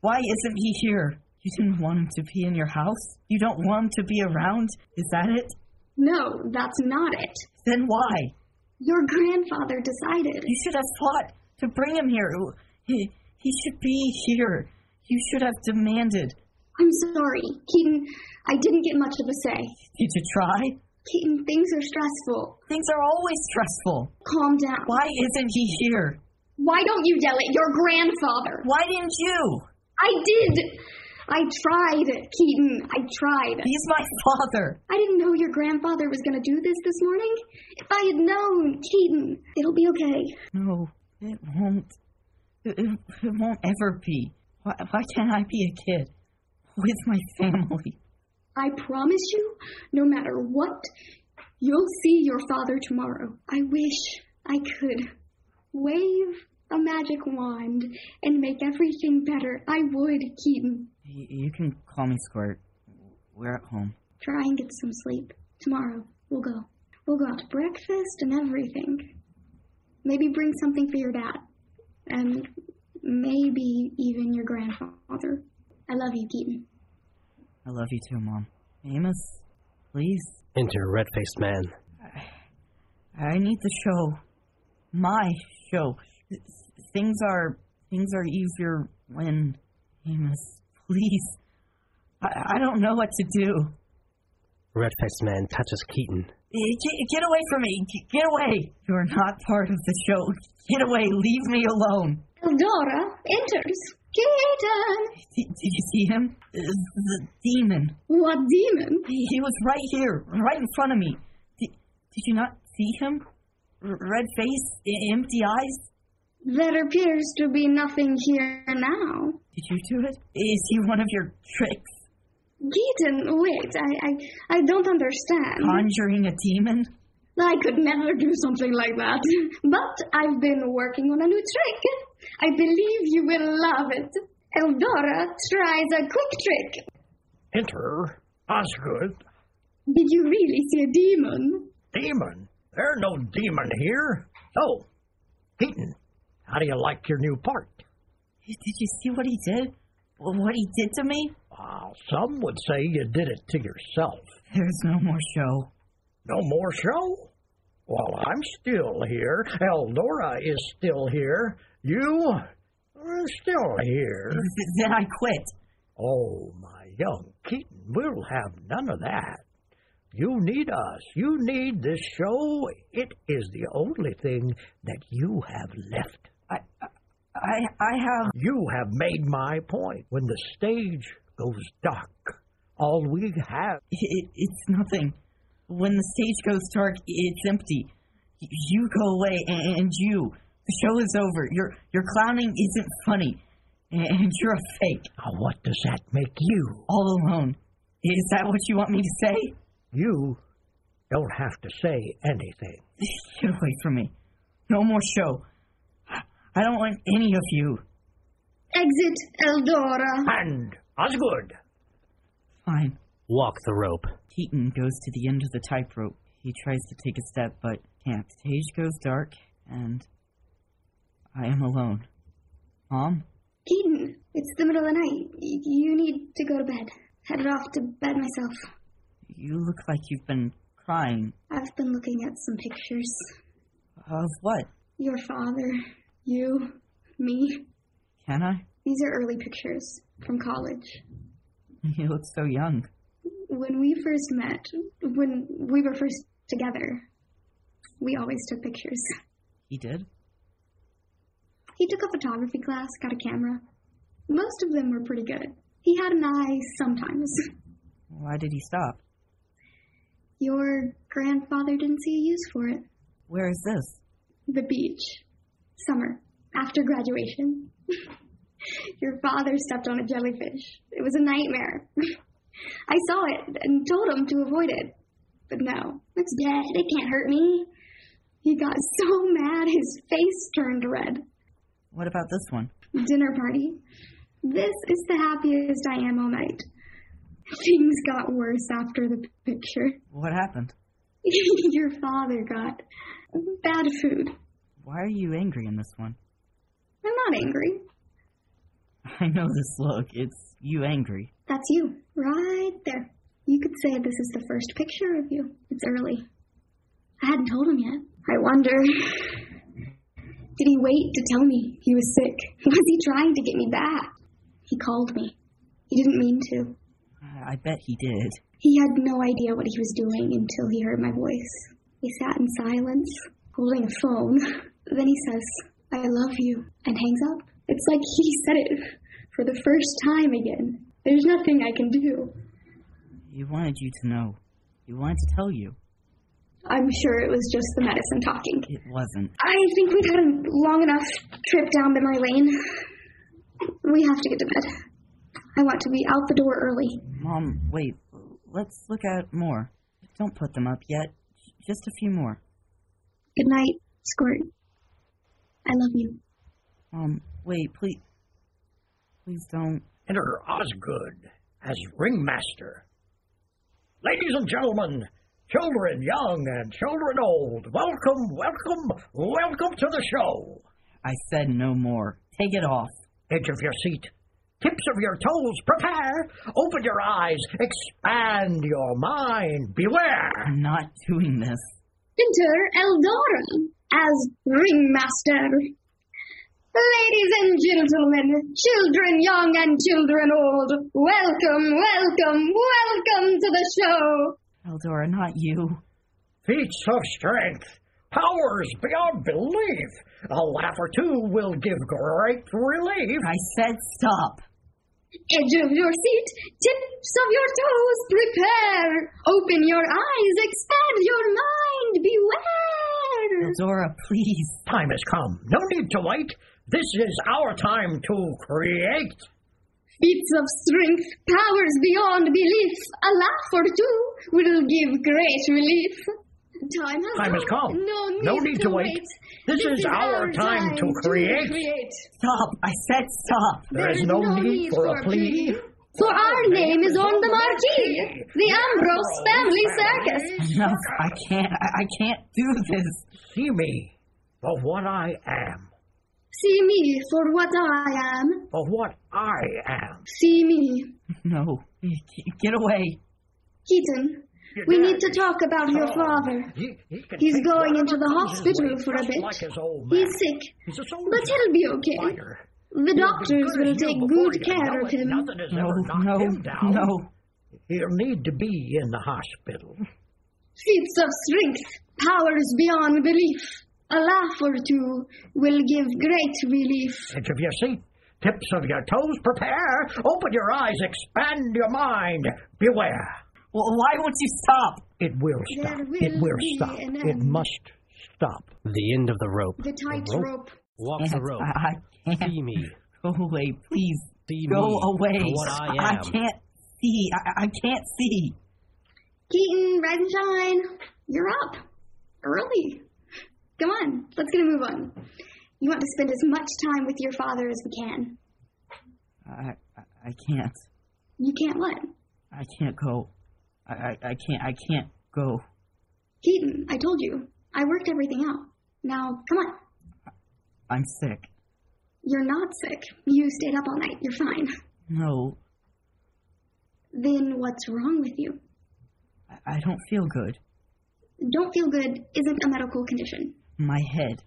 S9: Why isn't he here? You didn't want him to be in your house? You don't want him to be around? Is that it?
S6: No, that's not it.
S9: Then why?
S6: Your grandfather decided.
S9: You should have fought to bring him here. He, he should be here. You should have demanded.
S6: I'm sorry, Keaton. I didn't get much of a say.
S9: Did you try?
S6: Keaton, things are stressful.
S9: Things are always stressful.
S6: Calm down.
S9: Why isn't he here?
S6: Why don't you yell at your grandfather?
S9: Why didn't you?
S6: I did. I tried, Keaton. I tried.
S9: He's my father.
S6: I didn't know your grandfather was going to do this this morning. If I had known, Keaton, it'll be okay.
S9: No, it won't. It, it, it won't ever be. Why, why can't I be a kid with my family?
S6: I promise you, no matter what, you'll see your father tomorrow. I wish I could wave a magic wand and make everything better. I would, Keaton.
S9: You, you can call me Squirt. We're at home.
S6: Try and get some sleep. Tomorrow, we'll go. We'll go out to breakfast and everything. Maybe bring something for your dad. And maybe even your grandfather. I love you, Keaton.
S9: I love you too, Mom. Amos, please.
S8: Enter red faced man.
S9: I need the show. My show. Th- Things are things are easier when Amos, please. I, I don't know what to do.
S8: Red faced man touches Keaton.
S9: Eh, Get, get away from me. G- Get away. You're not part of the show. Get away. Leave me alone.
S6: Eldora enters. Keaton!
S9: D- Did you see him? Eh, The demon.
S6: What demon?
S9: He he was right here, right in front of me. Did, did you not see him? R- red face, e- empty eyes.
S6: There appears to be nothing here now.
S9: Did you do it? Is he one of your tricks?
S6: Keaton, wait, I, I, I don't understand.
S9: Conjuring a demon?
S6: I could never do something like that. But I've been working on a new trick. I believe you will love it. Eldora tries a quick trick.
S7: Enter Osgood.
S6: Did you really see a demon?
S7: Demon? There no demon here. So, Keaton, how do you like your new part?
S9: Did you see what he did? What he did to me?
S7: Uh, some would say you did it to yourself.
S9: There's no more show.
S7: No more show? Well, I'm still here. Eldora is still here. You are still here.
S9: Th- Then I quit.
S7: Oh, my young Keaton, we'll have none of that. You need us. You need this show. It is the only thing that you have left.
S9: I I have
S7: You have made my point. When the stage goes dark, all we have.
S9: it, it's nothing. When the stage goes dark, it's empty. Y- You go away, a- and you. The show is over. Your your clowning isn't funny, a- and you're a fake.
S7: Now, what does that make you?
S9: All alone. Is that what you want me to say?
S7: You don't have to say anything.
S9: Get away from me. No more show. I don't want any of you.
S6: Exit Eldora.
S7: And Osgood,
S9: Fine.
S8: Walk the rope.
S9: Keaton goes to the end of the tightrope. He tries to take a step, but can't. Stage goes dark, and I am alone. Mom?
S6: Keaton, it's the middle of the night. Y- You need to go to bed. Headed off to bed myself.
S9: You look like you've been crying.
S6: I've been looking at some pictures.
S9: Of what?
S6: Your father, you, me.
S9: Can I?
S6: These are early pictures from college.
S9: You look so young.
S6: when we first met, when we were first together, we always took pictures.
S9: He did?
S6: He took a photography class, got a camera. Most of them were pretty good. He had an eye sometimes.
S9: Why did he stop?
S6: Your grandfather didn't see a use for it.
S9: Where is this?
S6: The beach. Summer. After graduation. Your father stepped on a jellyfish. It was a nightmare. I saw it and told him to avoid it. But no, it's dead. It can't hurt me. He got so mad his face turned red.
S9: What about this one?
S6: Dinner party. This is the happiest I am all night. Things got worse after the picture.
S9: What happened?
S6: Your father got bad food.
S9: Why are you angry in this one?
S6: I'm not angry.
S9: I know this look. It's you angry.
S6: That's you, right there. You could say this is the first picture of you. It's early. I hadn't told him yet. I wonder. Did he wait to tell me he was sick? Was he trying to get me back? He called me. He didn't mean to.
S9: I bet he did.
S6: He had no idea what he was doing until he heard my voice. We sat in silence, holding a phone. Then he says, I love you, and hangs up. It's like he said it for the first time again. There's nothing I can do.
S9: He wanted you to know. He wanted to tell you.
S6: I'm sure it was just the medicine talking.
S9: It wasn't.
S6: I think we've had a long enough trip down memory lane. We have to get to bed. I want to be out the door early.
S9: Mom, wait. Let's look at more. Don't put them up yet. J- Just a few more.
S6: Good night, Squirt. I love you.
S9: Mom, wait, please. Please don't.
S7: enter Osgood as ringmaster. Ladies and gentlemen, children young and children old, welcome, welcome, welcome to the show.
S9: I said no more. Take it off.
S7: Edge of your seat, tips of your toes, prepare, open your eyes, expand your mind, beware.
S9: I'm not doing this.
S6: Enter Eldora as ringmaster. Ladies and gentlemen, children young and children old, welcome, welcome, welcome to the show.
S9: Eldora, not you.
S7: Feats of strength, powers beyond belief, a laugh or two will give great relief.
S9: I said stop.
S6: Edge of your seat, tips of your toes, prepare. Open your eyes, expand your mind, beware.
S9: Eldora, please.
S7: Time has come, no need to wait. This is our time to create.
S6: Feats of strength, powers beyond belief, a laugh or two will give great relief. Time has,
S7: Time has come.
S6: No need,
S7: No need to wait. This is our time to create.
S9: Stop. I said stop.
S7: There is no need for a plea.
S6: For our name is on the marquee, the Ambrose Family Circus.
S9: Enough. I can't. I, I can't do this.
S7: See me for what I am,
S6: See me for what I am.
S7: for what I am.
S6: See me.
S9: No. G- Get away.
S6: Keaton, we need to talk about your
S7: Oh.
S6: father.
S7: He, he can
S6: He's
S7: take
S6: going into
S7: whatever
S6: the
S7: comes his
S6: hospital
S7: way,
S6: for a
S7: just
S6: bit.
S7: Like his old man.
S6: He's sick,
S7: He's a soldier.
S6: but he'll be okay.
S7: Fighter.
S6: The
S7: He'll be
S6: doctors
S7: good
S6: will
S7: as new
S6: take
S7: before
S6: good
S7: you
S6: care
S7: know
S6: of
S7: it.
S6: him.
S7: Nothing has
S9: No.
S7: ever knocked
S9: No.
S7: him down.
S9: No.
S7: He'll need to be in the hospital.
S6: Feats of strength, powers beyond belief. A laugh or two will give great relief.
S7: Edge of your seat, tips of your toes, prepare. Open your eyes, expand your mind. Beware.
S9: Well, why won't you stop?
S7: It will stop.
S6: There
S7: it
S6: will
S7: will
S6: be
S7: stop.
S6: an
S7: It
S6: end.
S7: must stop.
S8: The end of the rope.
S6: The
S7: Oh,
S6: tightrope.
S8: Walk
S9: Yes,
S8: the rope.
S9: I, I can't.
S8: See me.
S9: Go away, please.
S8: See
S9: Go
S8: me
S9: away.
S8: for what I am.
S9: can't see. I, I can't see.
S6: Keaton, rise and shine. You're up. Early. Come on, let's get a move on. You want to spend as much time with your father as we can.
S9: I, I, I can't.
S6: You can't let.
S9: I can't go. I, I, I can't. I can't go.
S6: Keaton, I told you. I worked everything out. Now, come on.
S9: I'm sick.
S6: You're not sick. You stayed up all night. You're fine.
S9: No,
S6: Then what's wrong with you?
S9: I, I don't feel good.
S6: Don't feel good isn't a medical condition.
S9: My head.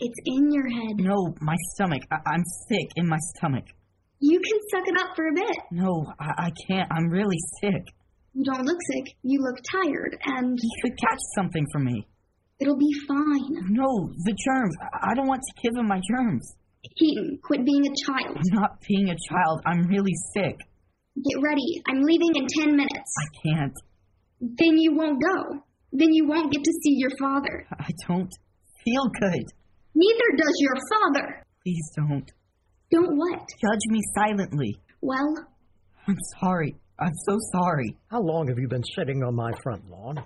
S6: It's in your head.
S9: No, my stomach. I, I'm sick in my stomach.
S6: You can suck it up for a bit.
S9: No, I, I can't. I'm really sick.
S6: You don't look sick. You look tired, and
S9: He could catch something from me.
S6: it'll be fine.
S9: No, the germs. I, I don't want to give him my germs.
S6: Keaton, quit being a child.
S9: I'm not being a child. I'm really sick.
S6: Get ready. I'm leaving in 10 minutes.
S9: I can't.
S6: Then you won't go. Then you won't get to see your father.
S9: I don't feel good.
S6: Neither does your father.
S9: Please don't.
S6: Don't what?
S9: Judge me silently.
S6: Well,
S9: I'm sorry. I'm so sorry.
S7: How long have you been sitting on my front lawn?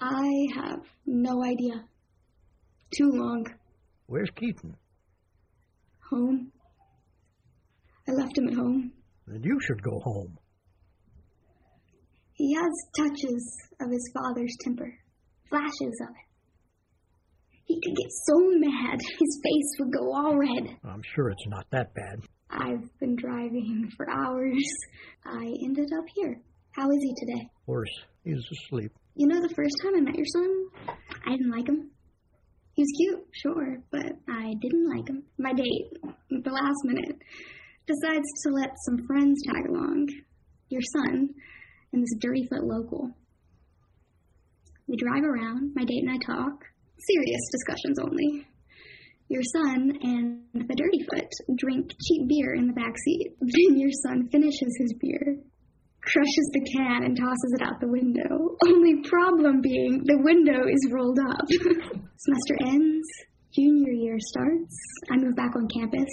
S6: I have no idea. Too long.
S7: Where's Keaton?
S6: Home. I left him at home.
S7: Then you should go home.
S6: He has touches of his father's temper, flashes of it. He could get so mad, his face would go all red.
S7: I'm sure it's not that bad.
S6: I've been driving for hours. I ended up here. How is he today?
S7: Worse, he's asleep.
S6: You know, the first time I met your son, I didn't like him. He was cute, sure, but I didn't like him. My date, at the last minute, decides to let some friends tag along. Your son and this dirty foot local. We drive around, my date and I talk. Serious discussions only. Your son and the dirty foot drink cheap beer in the back seat. Then your son finishes his beer crushes the can and tosses it out the window. Only problem being the window is rolled up. Semester ends, junior year starts. I move back on campus.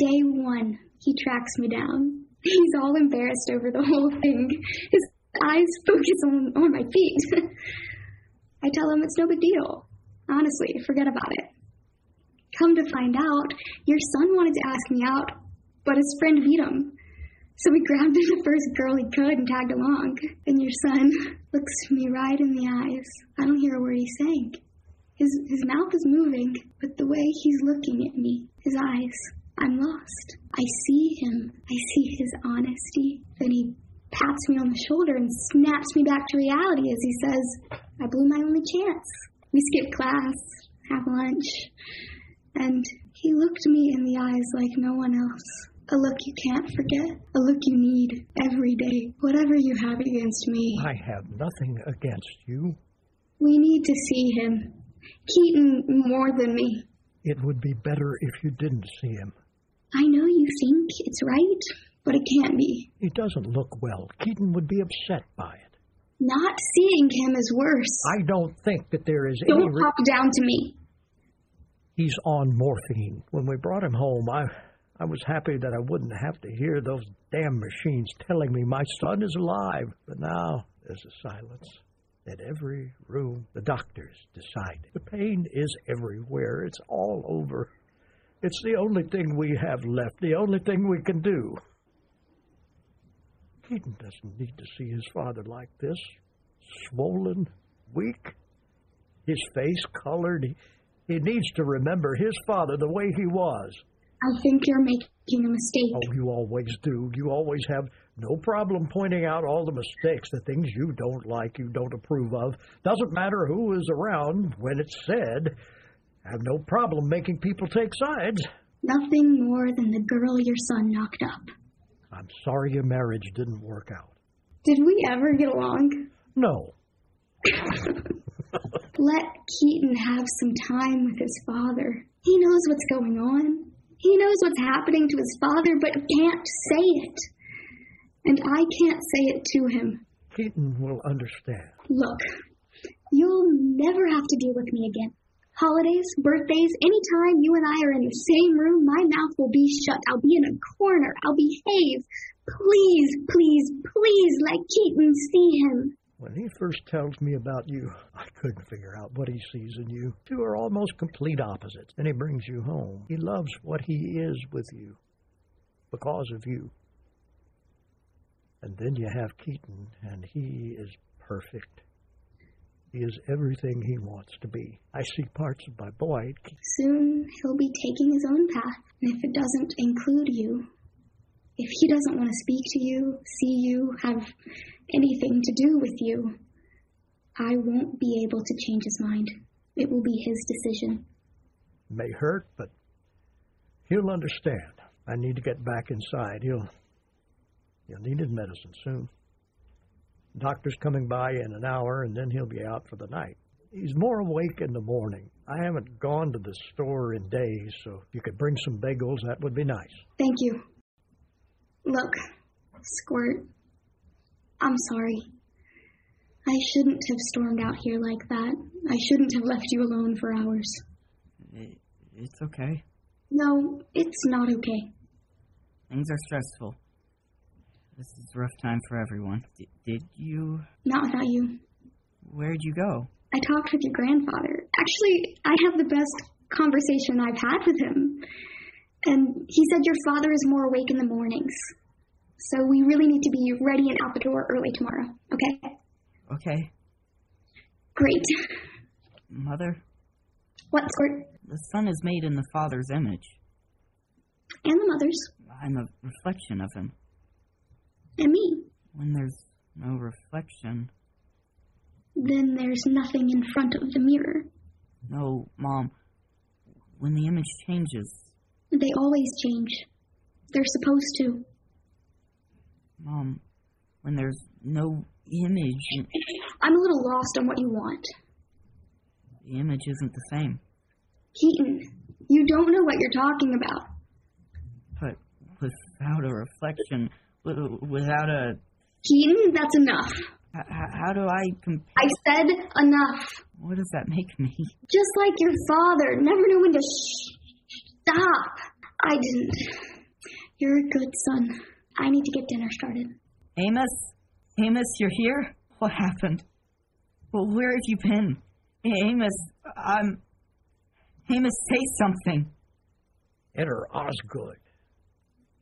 S6: Day one, he tracks me down. He's all embarrassed over the whole thing. His eyes focus on, on my feet. I tell him it's no big deal. Honestly, forget about it. Come to find out, your son wanted to ask me out, but his friend beat him. So he grabbed the first girl he could and tagged along. And your son looks me right in the eyes. I don't hear a word he's saying. His, his mouth is moving, but the way he's looking at me, his eyes, I'm lost. I see him. I see his honesty. Then he pats me on the shoulder and snaps me back to reality as he says, I blew my only chance. We skip class, have lunch, and he looked me in the eyes like no one else. A look you can't forget, a look you need every day, whatever you have against me.
S7: I have nothing against you.
S6: We need to see him. Keaton more than me.
S7: It would be better if you didn't see him.
S6: I know you think it's right, but it can't be.
S7: He doesn't look well. Keaton would be upset by it.
S6: Not seeing him is worse.
S7: I don't think that there is any.
S6: Don't
S7: Re-
S6: pop down to me.
S7: He's on morphine. When we brought him home, I, I was happy that I wouldn't have to hear those damn machines telling me my son is alive. But now there's a silence. At every room, the doctors decide. The pain is everywhere. It's all over. It's the only thing we have left, the only thing we can do. Keaton doesn't need to see his father like this swollen, weak, his face colored. He, he needs to remember his father the way he was.
S6: I think you're making a mistake.
S7: Oh, you always do. You always have no problem pointing out all the mistakes, the things you don't like, you don't approve of. Doesn't matter who is around when it's said. Have no problem making people take sides.
S6: Nothing more than the girl your son knocked up.
S7: I'm sorry your marriage didn't work out.
S6: Did we ever get along?
S7: No,
S6: Let Keaton have some time with his father. He knows what's going on. He knows what's happening to his father, but can't say it. And I can't say it to him.
S7: Keaton will understand.
S6: Look, you'll never have to deal with me again. Holidays, birthdays, anytime you and I are in the same room, my mouth will be shut. I'll be in a corner. I'll behave. Please, please, please let Keaton see him.
S7: When he first tells me about you, I couldn't figure out what he sees in you. Two are almost complete opposites. Then he brings you home. He loves what he is with you because of you. And then you have Keaton, and he is perfect. He is everything he wants to be. I see parts of my boy at Keaton.
S6: Soon he'll be taking his own path, and if it doesn't include you, if he doesn't want to speak to you, see you, have anything to do with you, I won't be able to change his mind. It will be his decision.
S7: may hurt, but he'll understand. I need to get back inside. He'll he'll need his medicine soon. Doctor's coming by in an hour, and then he'll be out for the night. He's more awake in the morning. I haven't gone to the store in days, so if you could bring some bagels, that would be nice.
S6: Thank you. Look, Squirt, I'm sorry. I shouldn't have stormed out here like that. I shouldn't have left you alone for hours.
S9: It, it's okay.
S6: No, it's not okay.
S9: Things are stressful. This is a rough time for everyone. D- did you?
S6: Not without you.
S9: Where'd you go?
S6: I talked with your grandfather. Actually, I had the best conversation I've had with him. And he said your father is more awake in the mornings. So we really need to be ready and out the door early tomorrow. Okay?
S9: Okay,
S6: Great.
S9: mother.
S6: What sort?
S9: The son is made in the father's image.
S6: And the mother's.
S9: I'm a reflection of him.
S6: And me.
S9: When there's no reflection,
S6: Then there's nothing in front of the mirror.
S9: no, mom. When the image changes,
S6: They always change. They're supposed to.
S9: mom. When there's no image,
S6: I'm a little lost on what you want.
S9: the image isn't the same.
S6: Keaton, you don't know what you're talking about.
S9: But without a reflection, wi- without a,
S6: Keaton, that's enough.
S9: h- h- how do I compare?
S6: I said enough.
S9: What does that make me?
S6: Just like your father, never knew when to sh- stop. I didn't. You're a good son. I need to get dinner started.
S9: Amos? Amos, you're here? What happened? Well, where have you been? A- Amos, I'm. Amos, say something.
S7: Enter Osgood.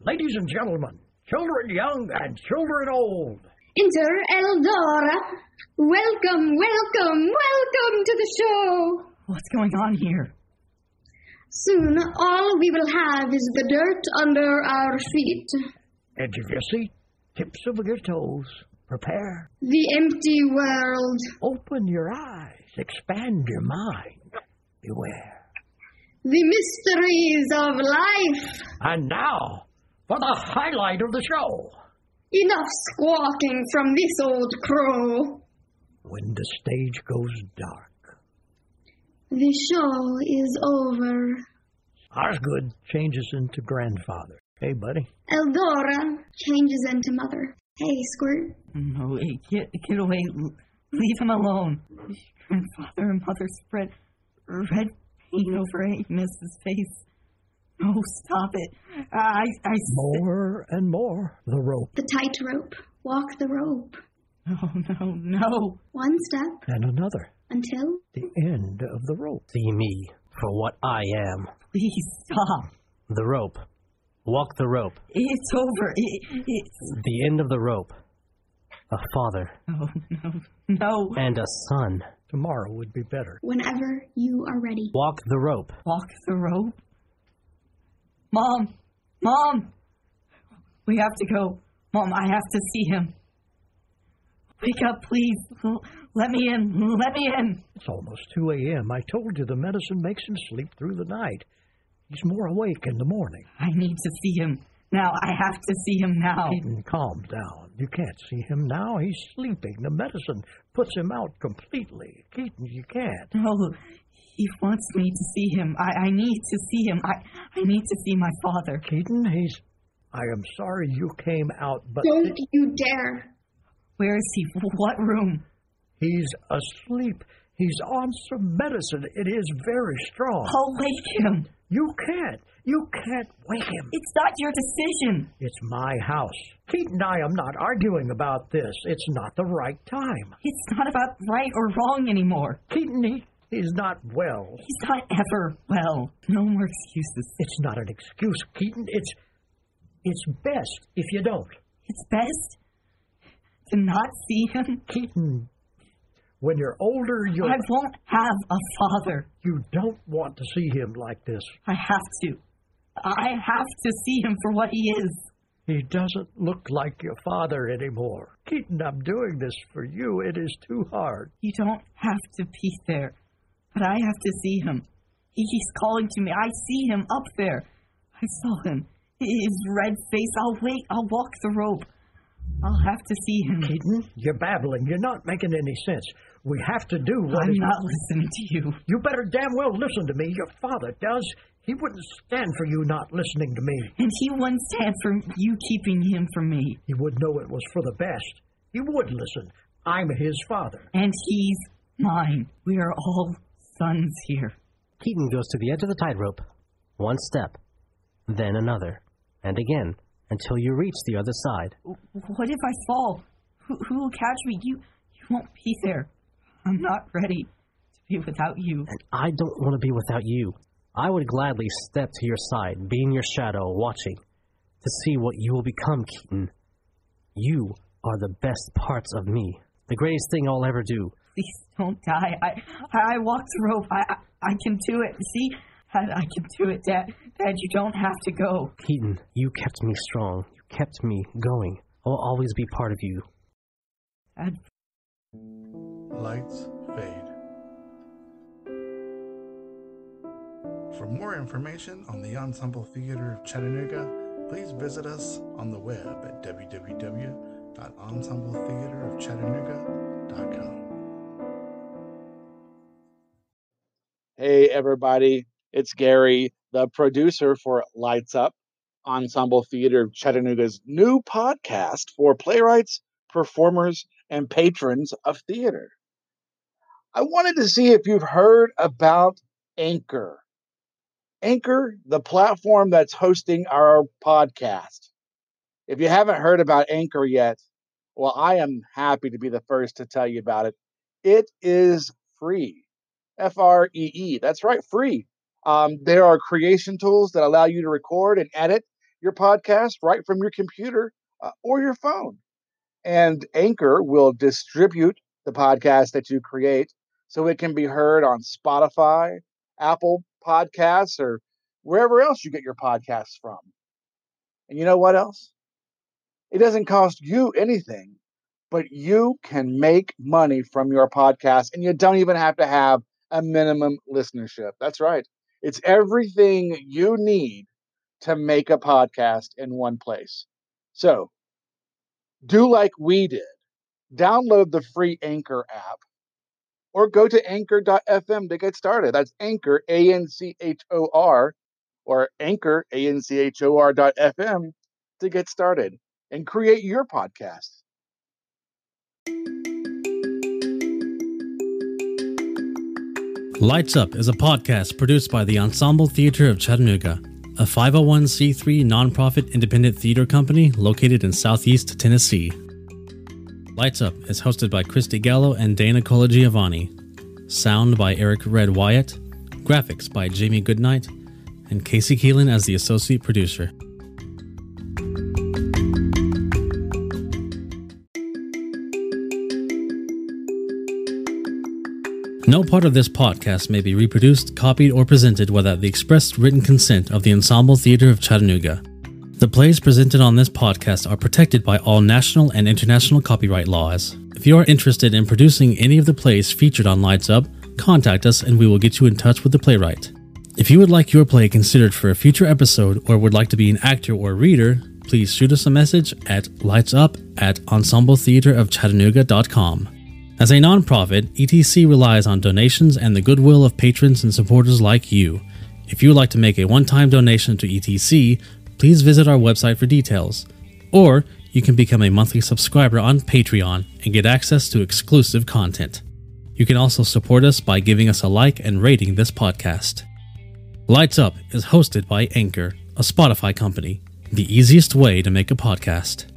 S7: Ladies and gentlemen, children young and children old.
S6: Enter Eldora. Welcome, welcome, welcome to the show.
S9: What's going on here?
S6: Soon, all we will have is the dirt under our feet,
S7: Edge of your seat, tips of your toes. Prepare.
S6: the empty world,
S7: Open your eyes. Expand your mind. Beware.
S6: the mysteries of life.
S7: And now for the highlight of the show.
S6: Enough squawking from this old crow.
S7: When the stage goes dark,
S6: The show is over.
S7: Osgood changes into grandfather. Hey, buddy.
S6: Eldora changes into mother. Hey, Squirt.
S9: No, hey, get, get away. L- Leave him alone. His grandfather and mother spread red paint over Amos's face. No, stop it. I, I, s-
S7: More and more. The rope
S6: The tightrope. Walk the rope.
S9: no, no, no.
S6: One step
S7: and another.
S6: until
S7: The end of the rope.
S8: See me for what I am.
S9: Please stop.
S8: The rope. Walk the rope.
S9: It's over. It, it's
S8: The end of the rope. A father
S9: no, no, no.
S8: and a son.
S7: Tomorrow would be better.
S6: whenever you are ready.
S8: Walk the rope.
S9: Walk the rope. Mom, mom, we have to go. Mom, I have to see him. Wake up, please. L- Let me in. Let me in.
S7: It's almost 2 a.m. I told you the medicine makes him sleep through the night. He's more awake in the morning.
S9: I need to see him now. I have to see him now.
S7: Keaton, calm down. You can't see him now. He's sleeping. The medicine puts him out completely. Keaton, you can't.
S9: No, he wants me to see him. I, I need to see him. I, I need to see my father.
S7: Keaton, he's. I am sorry you came out, but
S6: Don't you dare.
S9: Where is he? What room?
S7: he's asleep. He's on some medicine. It is very strong.
S9: I'll wake him.
S7: You can't. You can't wake him.
S9: It's not your decision.
S7: It's my house. Keaton, I am not arguing about this. It's not the right time.
S9: It's not about right or wrong anymore.
S7: Keaton, he, he's not well.
S9: He's not ever well. No more excuses.
S7: It's not an excuse, Keaton. It's it's best if you don't.
S9: It's best to not see him.
S7: Keaton, when you're older, you
S9: I won't have a father.
S7: you don't want to see him like this.
S9: I have to. I have to see him for what he is.
S7: He doesn't look like your father anymore. Keaton, I'm doing this for you. It is too hard.
S9: You don't have to be there, but I have to see him. He- He's calling to me. I see him up there. I saw him. His red face. I'll wait. I'll walk the rope. I'll have to see him.
S7: Keaton, you're babbling. You're not making any sense. We have to do what
S9: I'm
S7: is-
S9: not listening to you.
S7: You better damn well listen to me. Your father does. He wouldn't stand for you not listening to me.
S9: And he wouldn't stand for you keeping him from me.
S7: He would know it was for the best. He would listen. I'm his father.
S9: And he's mine. We are all sons here.
S8: Keaton goes to the edge of the tightrope. One step, then another, and again, until you reach the other side.
S9: What if I fall? Who, who will catch me? You, you won't be there. I'm not ready to be without you.
S8: And I don't want to be without you. I would gladly step to your side, being your shadow, watching, to see what you will become, Keaton. You are the best parts of me, the greatest thing I'll ever do.
S9: Please don't die. I, I, I walked the rope. I, I, I can do it. See, I, I can do it, Dad. Dad, you don't have to go.
S8: Keaton, you kept me strong. You kept me going. I will always be part of you.
S9: Dad,
S5: Lights fade. For more information on the Ensemble Theater of Chattanooga, please visit us on the web at www.ensembletheaterofchattanooga.com.
S1: Hey, everybody. It's Gary, the producer for Lights Up, Ensemble Theater of Chattanooga's new podcast for playwrights, performers, and patrons of theater. I wanted to see if you've heard about Anchor. Anchor, the platform that's hosting our podcast. If you haven't heard about Anchor yet, well, I am happy to be the first to tell you about it. It is free. F R E E. That's right, free. Um, there are creation tools that allow you to record and edit your podcast right from your computer uh, or your phone. And Anchor will distribute the podcast that you create so it can be heard on Spotify, Apple Podcasts, or wherever else you get your podcasts from. And you know what else? It doesn't cost you anything, but you can make money from your podcast and you don't even have to have a minimum listenership. That's right. It's everything you need to make a podcast in one place. So do like we did download the free Anchor app or go to anchor.fm to get started. That's Anchor, A N C H O R, or Anchor, A N C H O R dot FM to get started and create your podcast.
S4: Lights Up is a podcast produced by the Ensemble Theater of Chattanooga, a 501c3 nonprofit independent theater company located in southeast Tennessee. Lights Up is hosted by Christy Gallo and Dana Colagiovanni. Sound by Eric Red Wyatt. Graphics by Jamie Goodnight. And Casey Keelan as the associate producer. No part of this podcast may be reproduced, copied, or presented without the express written consent of the Ensemble Theater of Chattanooga. The plays presented on this podcast are protected by all national and international copyright laws. If you are interested in producing any of the plays featured on Lights Up, contact us and we will get you in touch with the playwright. If you would like your play considered for a future episode or would like to be an actor or reader, please shoot us a message at lightsup at ensembletheaterofchattanooga.com. As a nonprofit, ETC relies on donations and the goodwill of patrons and supporters like you. If you would like to make a one time donation to ETC, please visit our website for details. Or you can become a monthly subscriber on Patreon and get access to exclusive content. You can also support us by giving us a like and rating this podcast. Lights Up is hosted by Anchor, a Spotify company, the easiest way to make a podcast.